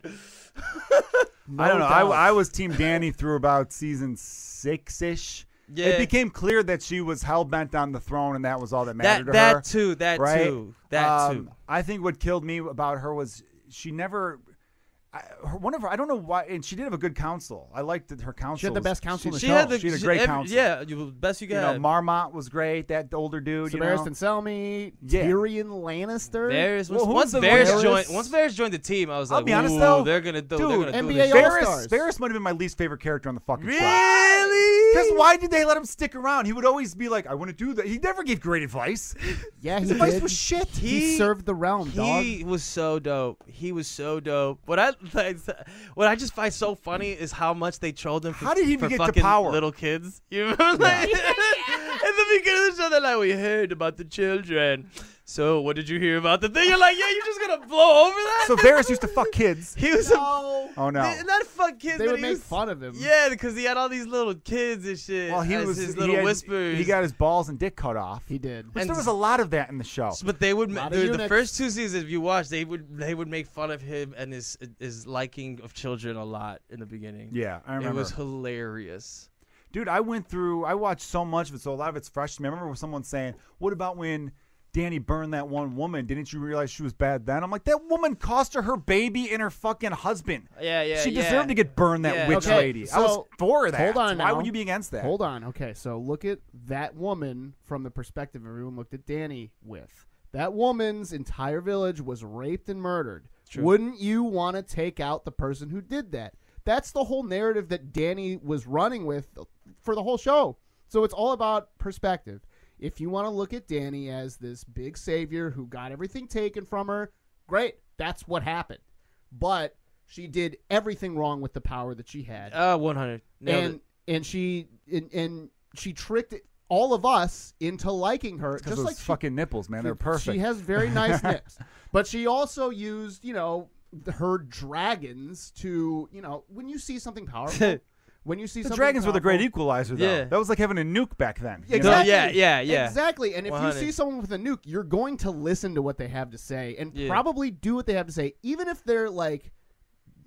B: I don't know.
A: No
B: I,
A: doubt.
B: I was Team Danny through about season six ish.
C: Yeah,
B: It became clear that she was hell bent on the throne, and that was all that
C: that
B: mattered to her.
C: that too, that
B: right?
C: too, that
B: Um,
C: too.
B: I think what killed me about her was she never. I, her, one of her, I don't know why, and she did have a good counsel. I liked that her counsel.
A: She had the
B: was-
A: best counsel in the
B: She,
A: show.
B: had, she had a
C: she-
B: great
C: every-
B: counsel.
C: Yeah, you, best you
B: you
C: got.
B: know, Marmot was great. That older dude, you
A: Daenerys
B: know.
A: Anselmi,
B: Yeah.
A: Tyrion Lannister.
C: Varys,
B: Well,
C: once,
B: who
C: once
B: was the
C: Varys
B: Varys?
C: joined, once Varys joined the team, I was
B: I'll
C: like,
B: be honest,
C: "Ooh,
B: though,
C: they're gonna do,
B: Dude,
C: they're gonna do
A: NBA
C: this."
A: All-
B: Ferris,
A: All-Stars.
B: Ferris might have been my least favorite character on the fucking show. Because
C: Really?
B: why did they let him stick around? He would always be like, I want to do that. He never gave great advice.
A: Yeah,
B: His
A: he
B: advice
A: did.
B: was shit.
A: he, served the realm, dog.
C: He was so dope. He was so dope. What I (laughs) like, what I just find so funny is how much they trolled him. For,
B: How did he
C: for
B: even get to
C: fucking
B: power?
C: Little kids. (laughs) You remember? Like, at the beginning of the show, they're like, "We heard about the children." So what did you hear about the thing? You're like, "Yeah, you're just gonna blow over that."
B: So Varys used to fuck
A: (laughs)
B: kids.
C: (laughs) he was
A: No.
B: Oh no.
C: a, not fuck kids.
A: They
C: but
A: would
C: he
A: make
C: was-
A: fun of him.
C: Yeah, because he had all these little kids and shit.
B: Well, he
C: as
B: was
C: his
B: he
C: little
B: had-
C: whispers.
B: He got his balls and dick cut off.
A: He did.
B: Which
C: And-
B: there was a lot of that in the show.
C: But they would ma-
A: Lot of
C: the, the
A: eunuchs.
C: first two seasons. If you watch, they would they would make fun of him and his his liking of children a lot in the beginning.
B: Yeah, I
C: it
B: remember.
C: was hilarious.
B: Dude, I went through. I watched so much of it, so a lot of it's fresh to me. I remember someone saying, "What about when?" Danny burned that one woman. Didn't you realize she was bad then? I'm like, that woman cost her her baby and her fucking husband.
C: Yeah, yeah.
B: she deserved to get burned, that
C: Yeah.
B: witch
A: Okay,
B: lady. I was
A: so-
B: for that.
A: hold on
B: Why
A: now.
B: would you be against that?
A: Hold on. Okay, so look at that woman from the perspective everyone looked at Danny with. That woman's entire village was raped and murdered. Wouldn't you want to take out the person who did that? That's the whole narrative that Danny was running with for the whole show. So it's all about perspective. If you want to look at Danny as this big savior who got everything taken from her, great. That's what happened. But she did everything wrong with the power that she had
C: Uh, one hundred.
A: and and she and, and she tricked all of us into liking her
B: Because
A: just
B: those
A: like she-
B: fucking nipples, man, they're perfect.
A: she has very
B: (laughs)
A: nice nips but she also used you know th- her dragons to you know when you see something
B: (laughs)
A: powerful when you see
B: the
A: something
B: dragons were the great Oh,
A: powerful-
B: equalizer, though.
C: Yeah.
B: That was like having a nuke back then. you know?
C: No, yeah, yeah, yeah.
A: exactly and if you
C: 100.
A: see someone with a nuke you're going to listen to what they have to say and
C: Yeah.
A: probably do what they have to say even if they're like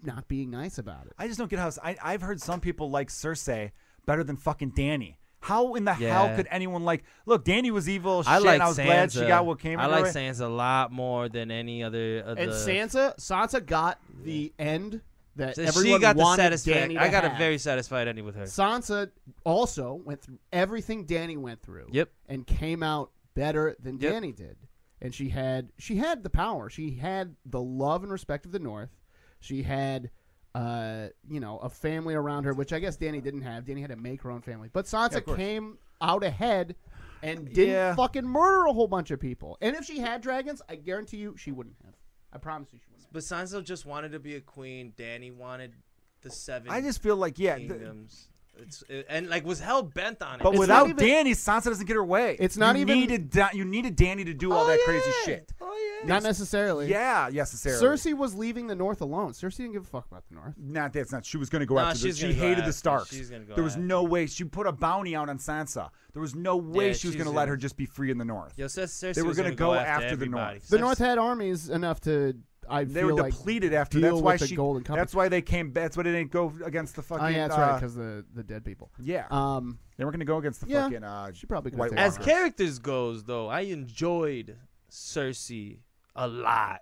A: not being nice about it
B: I just don't get how I, I've heard some people like Cersei better than fucking Danny. How in the hell
C: Yeah.
B: could anyone like? Look, Danny was evil. Shit,
C: I like
B: and I was
C: Sansa.
B: glad she got what came.
C: I
B: to
C: like
B: her.
C: Sansa a lot more than any other. Of
A: And
C: the,
A: Sansa, Sansa got the end that
C: So
A: everyone
C: she got the
A: wanted
C: satisfaction.
A: Danny
C: I got
A: to
C: a
A: have.
C: very satisfied ending with her.
A: Sansa also went through everything Danny went through.
C: Yep.
A: And came out better than
C: Yep.
A: Danny did. And she had she had the power. She had the love and respect of the North. She had uh, you know, a family around her, which I guess Danny didn't have. Danny had to make her own family. But Sansa came out ahead and didn't
B: Yeah.
A: fucking murder a whole bunch of people. And if she had dragons, I guarantee you she wouldn't have. I promise you she wouldn't. have.
C: But Sansa just wanted to be a queen. Danny wanted the seven.
B: I just feel like yeah, th-
C: kingdoms. It's and like was hell bent on it.
B: but
A: It's
B: without
A: not even-
B: Danny, Sansa doesn't get her way.
A: It's not
B: you
A: even-
B: Needed da- you needed Danny to do all
C: Oh,
B: that
C: yeah.
B: crazy shit.
C: Oh
A: Not necessarily.
B: Yeah, necessarily.
A: Cersei was leaving the North alone. Cersei didn't give a fuck about the North.
B: Not that's not. She was going to go
C: No,
B: after. The,
C: she's
B: she
C: gonna go
B: hated
C: after.
B: the Starks.
C: She's gonna go
B: there was
C: after.
B: no way she put a bounty out on Sansa. There was no way
C: Yeah,
B: she was
C: she's
B: going to let
C: gonna-
B: her just be free in the North.
C: Yo, Cer- Cersei
B: They were
C: was
B: gonna
C: gonna
B: go
C: go after,
B: after the
C: everybody.
B: North.
A: The
C: Cersei-
A: North had armies enough to. I
B: They
A: feel
B: were
A: like
B: depleted after.
A: deal
B: That's why
A: with the
B: she.
A: Golden Company.
B: That's why they came. That's why they didn't go against the fucking.
A: Oh, yeah, that's
B: uh,
A: right, because the, the dead people.
B: yeah,
A: Um,
B: they were going to go against the
A: yeah,
B: fucking. Uh,
A: she probably could've
B: White
A: taken
C: As
A: Warhammer.
B: Walkers.
C: characters goes, though, I enjoyed Cersei a lot.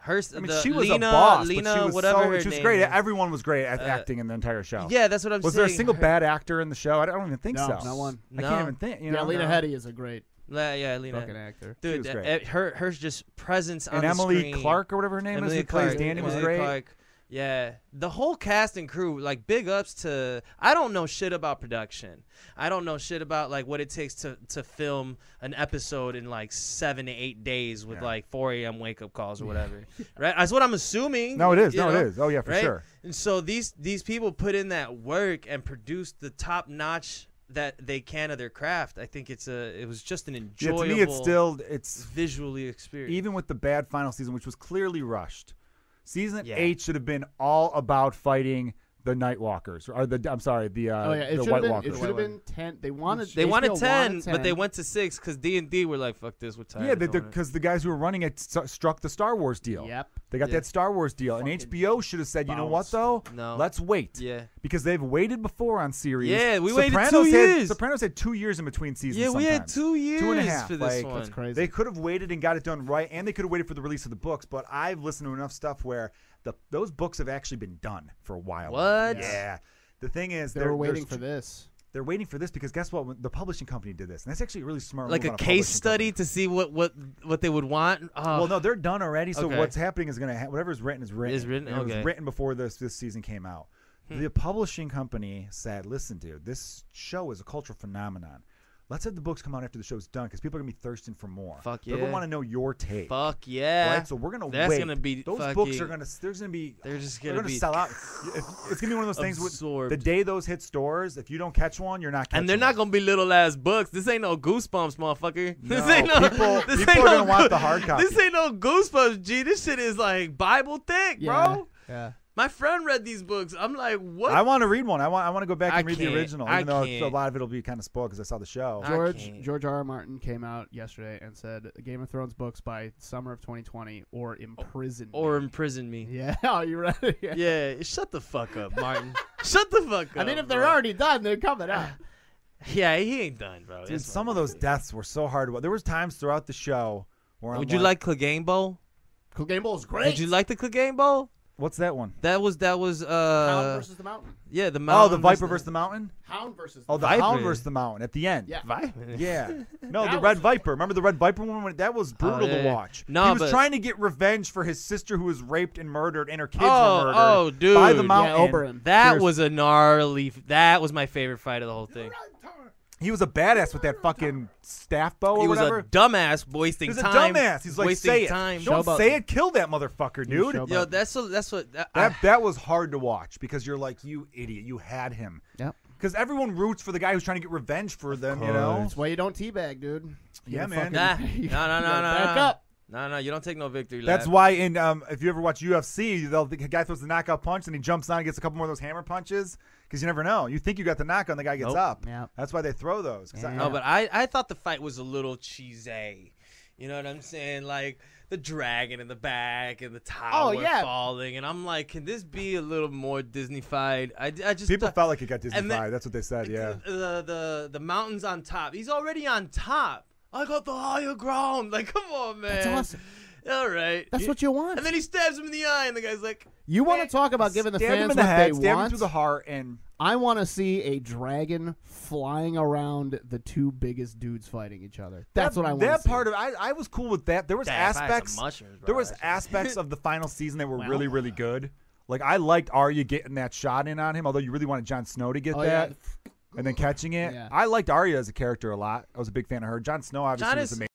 C: Her,
B: I mean,
C: the
B: she was
C: Lena,
B: a boss,
C: Lena,
B: but she was
C: whatever
B: so.
C: her
B: she was
C: name
B: great.
C: is.
B: Everyone was great at
C: Uh,
B: acting in the entire show.
C: Yeah, that's what I'm
B: Was
C: saying.
B: there a single
C: Her-
B: bad actor in the show? I don't even think
A: No,
B: so.
A: not one.
B: I
C: No.
B: can't even think. You
A: yeah,
B: know,
A: Lena
B: no.
A: Headey is a great
C: Yeah, yeah, Lena.
A: fucking actor.
C: Dude,
B: was
C: that-
B: great.
C: eh, her her just presence on
B: And
C: the
B: Emily
C: screen.
B: Clark or whatever her name
C: Emily
B: is, who
C: Clark,
B: plays Danny, was
C: Emily
B: great.
C: Clark. Yeah, the whole cast and crew, like big ups to. I don't know shit about production. I don't know shit about like what it takes to to film an episode in like seven to eight days with
B: Yeah.
C: like four a.m. wake up calls or
B: (laughs)
C: whatever. right, that's what I'm assuming.
B: No, it is.
C: you
B: No,
C: know?
B: it is. Oh yeah, for
C: right?
B: sure.
C: And so these these people put in that work and produce the top notch that they can of their craft. I think it's a it was just an
B: Yeah,
C: enjoyable
B: to me, it's still it's
C: visually experience.
B: even with the bad final season, which was clearly rushed. Season
C: Yeah.
B: eight should have been all about fighting the Nightwalkers or the I'm sorry, the uh,
A: Oh yeah, it
B: the
A: should have
B: White
A: been.
B: Walkers.
A: It should have been ten. They wanted.
C: they
A: HBO
C: wanted 10, but
A: 10.
C: they went to 6 cuz D&D were like fuck this we're tired.
B: yeah,
C: of doing it.
B: because the, guys who were running it st- struck the Star Wars deal.
A: Yep.
B: They got
C: Yeah.
B: that Star Wars deal, and
A: Fucking
B: HBO should have said, you know what
A: bounced.
B: though,
C: No.
B: let's wait.
C: Yeah.
B: because they've waited before on series.
C: Yeah, we waited
B: Sopranos
C: two
B: had-
C: years.
B: Sopranos had two years in between seasons.
C: Yeah, we had
B: sometimes.
C: 2 years
B: Two and a half,
C: for this
B: like,
C: one.
A: That's crazy.
B: They could have waited and got it done right, and they could have waited for the release of the books. But I've listened to enough stuff where the those books have actually been done for a while.
C: What?
B: Yeah. The thing is,
A: They
B: there-
A: were waiting
B: there's-
A: for this.
B: They're waiting for this because guess what? When- The publishing company did this, and that's actually a really smart.
C: Like
B: move
C: a
B: on
C: case
B: publishing
C: study to see what what what they would want. Uh,
B: company. Well, no, they're done already. So
C: Okay.
B: what's happening is going to ha- whatever's written is written.
C: Is written?
B: And It was
C: Okay. Hmm.
B: written before this this season came out. The publishing company said, "Listen, dude, this show is a cultural phenomenon. Let's have the books come out after the show's done because people are going to be thirsting for more.
C: Fuck
B: They're going
C: yeah.
B: to want to know your take.
C: fuck yeah.
B: right? So we're gonna
C: That's
B: wait.
C: gonna be
B: those
C: fucking,
B: books are gonna. There's gonna be.
C: They're just
B: They're
C: gonna
B: gonna
C: be
B: sell out. If- It's gonna be one of those things. With,
C: absorbed.
B: the day those hit stores, if you don't catch one, you're not. Catching
C: and they're not
B: one.
C: gonna be little ass books. This ain't no goosebumps, motherfucker. (laughs) this ain't no.
B: people-
C: (laughs) this
B: people
C: ain't
B: are
C: no
B: gonna want
C: Goo-
B: the
C: (laughs)
B: hard copy.
C: This ain't no goosebumps, G. This shit is like Bible thick, bro.
A: Yeah.
C: My friend read these books. I'm like, what?
B: I want to read one. I want. I want to go back
C: I
B: and read the
C: can't.
B: original,
C: I
B: even though it's- a
C: can't.
B: lot of it'll be kind of spoiled because I saw the show.
C: I
A: George
C: can't.
A: George R. R. Martin came out yesterday and said Game of Thrones books by summer of 2020 or imprison.
C: or
A: me."
C: imprison me.
A: (laughs) yeah, are you ready? Yeah.
C: Yeah, shut the fuck up, Martin. shut the fuck up.
A: I mean, if they're
C: bro.
A: already done, they're coming out.
C: yeah, he ain't done, bro.
B: Dude,
C: That's
B: some
C: what
B: of
C: I'm
B: those
C: saying.
B: deaths were so hard. There was times throughout the show where
C: Would
B: I'm
C: you like Clegambo?
A: Cool Game Bowl is great.
C: Would you like the Clegambo?
B: what's that one?
C: That was that was
A: Hound
C: uh
A: versus the Mountain.
C: yeah the
B: Oh, the
C: Mountain
B: Viper versus the Mountain.
A: Hound versus.
B: Oh,
A: the
B: the
C: Viper.
B: Hound versus the Mountain at the end.
A: Yeah.
C: Viper.
A: (laughs)
B: Yeah. No,
A: That
B: the
A: was-
B: Red Viper. Remember the Red Viper one? When- That was brutal
C: Oh, yeah,
B: to
C: yeah.
B: watch.
C: No,
B: he was
C: but-
B: trying to get revenge for his sister who was raped and murdered, and her kids were
C: Oh,
B: murdered
C: oh, dude.
B: by the
C: Yeah,
A: yeah,
B: mountain.
A: Oberyn.
C: That
B: Seriously.
C: was a gnarly. f- That was my favorite fight of the whole thing.
B: He was a badass with that fucking staff bow or
C: He was
B: whatever.
C: a dumbass wasting
B: He's a
C: time.
B: dumbass. He's like,
C: wasting
B: say it.
C: time.
B: Don't say it. Kill that motherfucker, dude.
A: showboat.
C: Yo, that's what that's what that, ah, (laughs)
B: That that was hard to watch because you're like, you idiot, you had him.
A: Yep.
B: Because everyone roots for the guy who's trying to get revenge for them, you know.
A: That's why you don't teabag, dude. You
B: (laughs) Yeah,
A: gotta
B: man.
C: Nah,
A: fucking-
C: no,
A: you
C: no, no,
A: gotta
C: no,
A: Back
C: no.
A: up.
C: No, no, you don't take no victory lap.
B: That's why in um, if you ever watch UFC, they'll, the guy throws the knockout punch and he jumps on and gets a couple more of those hammer punches because you never know. You think you got the knock on, the guy gets
C: Nope.
B: up.
A: Yeah.
B: That's why they throw those. 'Cause I-
C: No, but I, I thought the fight was a little cheesy. You know what I'm saying? Like the dragon in the back and the tower
A: Oh, yeah.
C: falling, and I'm like, can this be a little more Disney-fied? I, I just
B: people
C: thought-
B: felt like it got Disney
C: and then-
B: fired. That's what they said. Yeah.
C: the, the the the mountains on top. He's already on top. I got the higher ground. (laughs) Like, come on, man.
A: That's awesome.
C: All right.
A: That's what you want.
C: And then he stabs him in the eye, and the guy's like,
A: You want to talk about giving the
B: stab him
A: fans
B: in the
A: what
B: head,
A: they
B: stab him
A: want?
B: through the heart, and
A: I want to see a dragon flying around the two biggest dudes fighting each other. That's
B: that,
A: what I want.
B: That
A: to
B: part of I, I was cool with that. There was
C: Damn, if I had some
B: aspects.
C: mushrooms, bro,
B: there was
C: that's-
B: aspects of the final season that were really really good. Like I liked Arya getting that shot in on him, although you really wanted Jon Snow to get
A: Oh, yeah.
B: that and then catching it.
A: Yeah.
B: I liked Arya as a character a lot. I was a big fan of her. Jon Snow obviously
C: Jon
B: was
C: is-
B: amazing.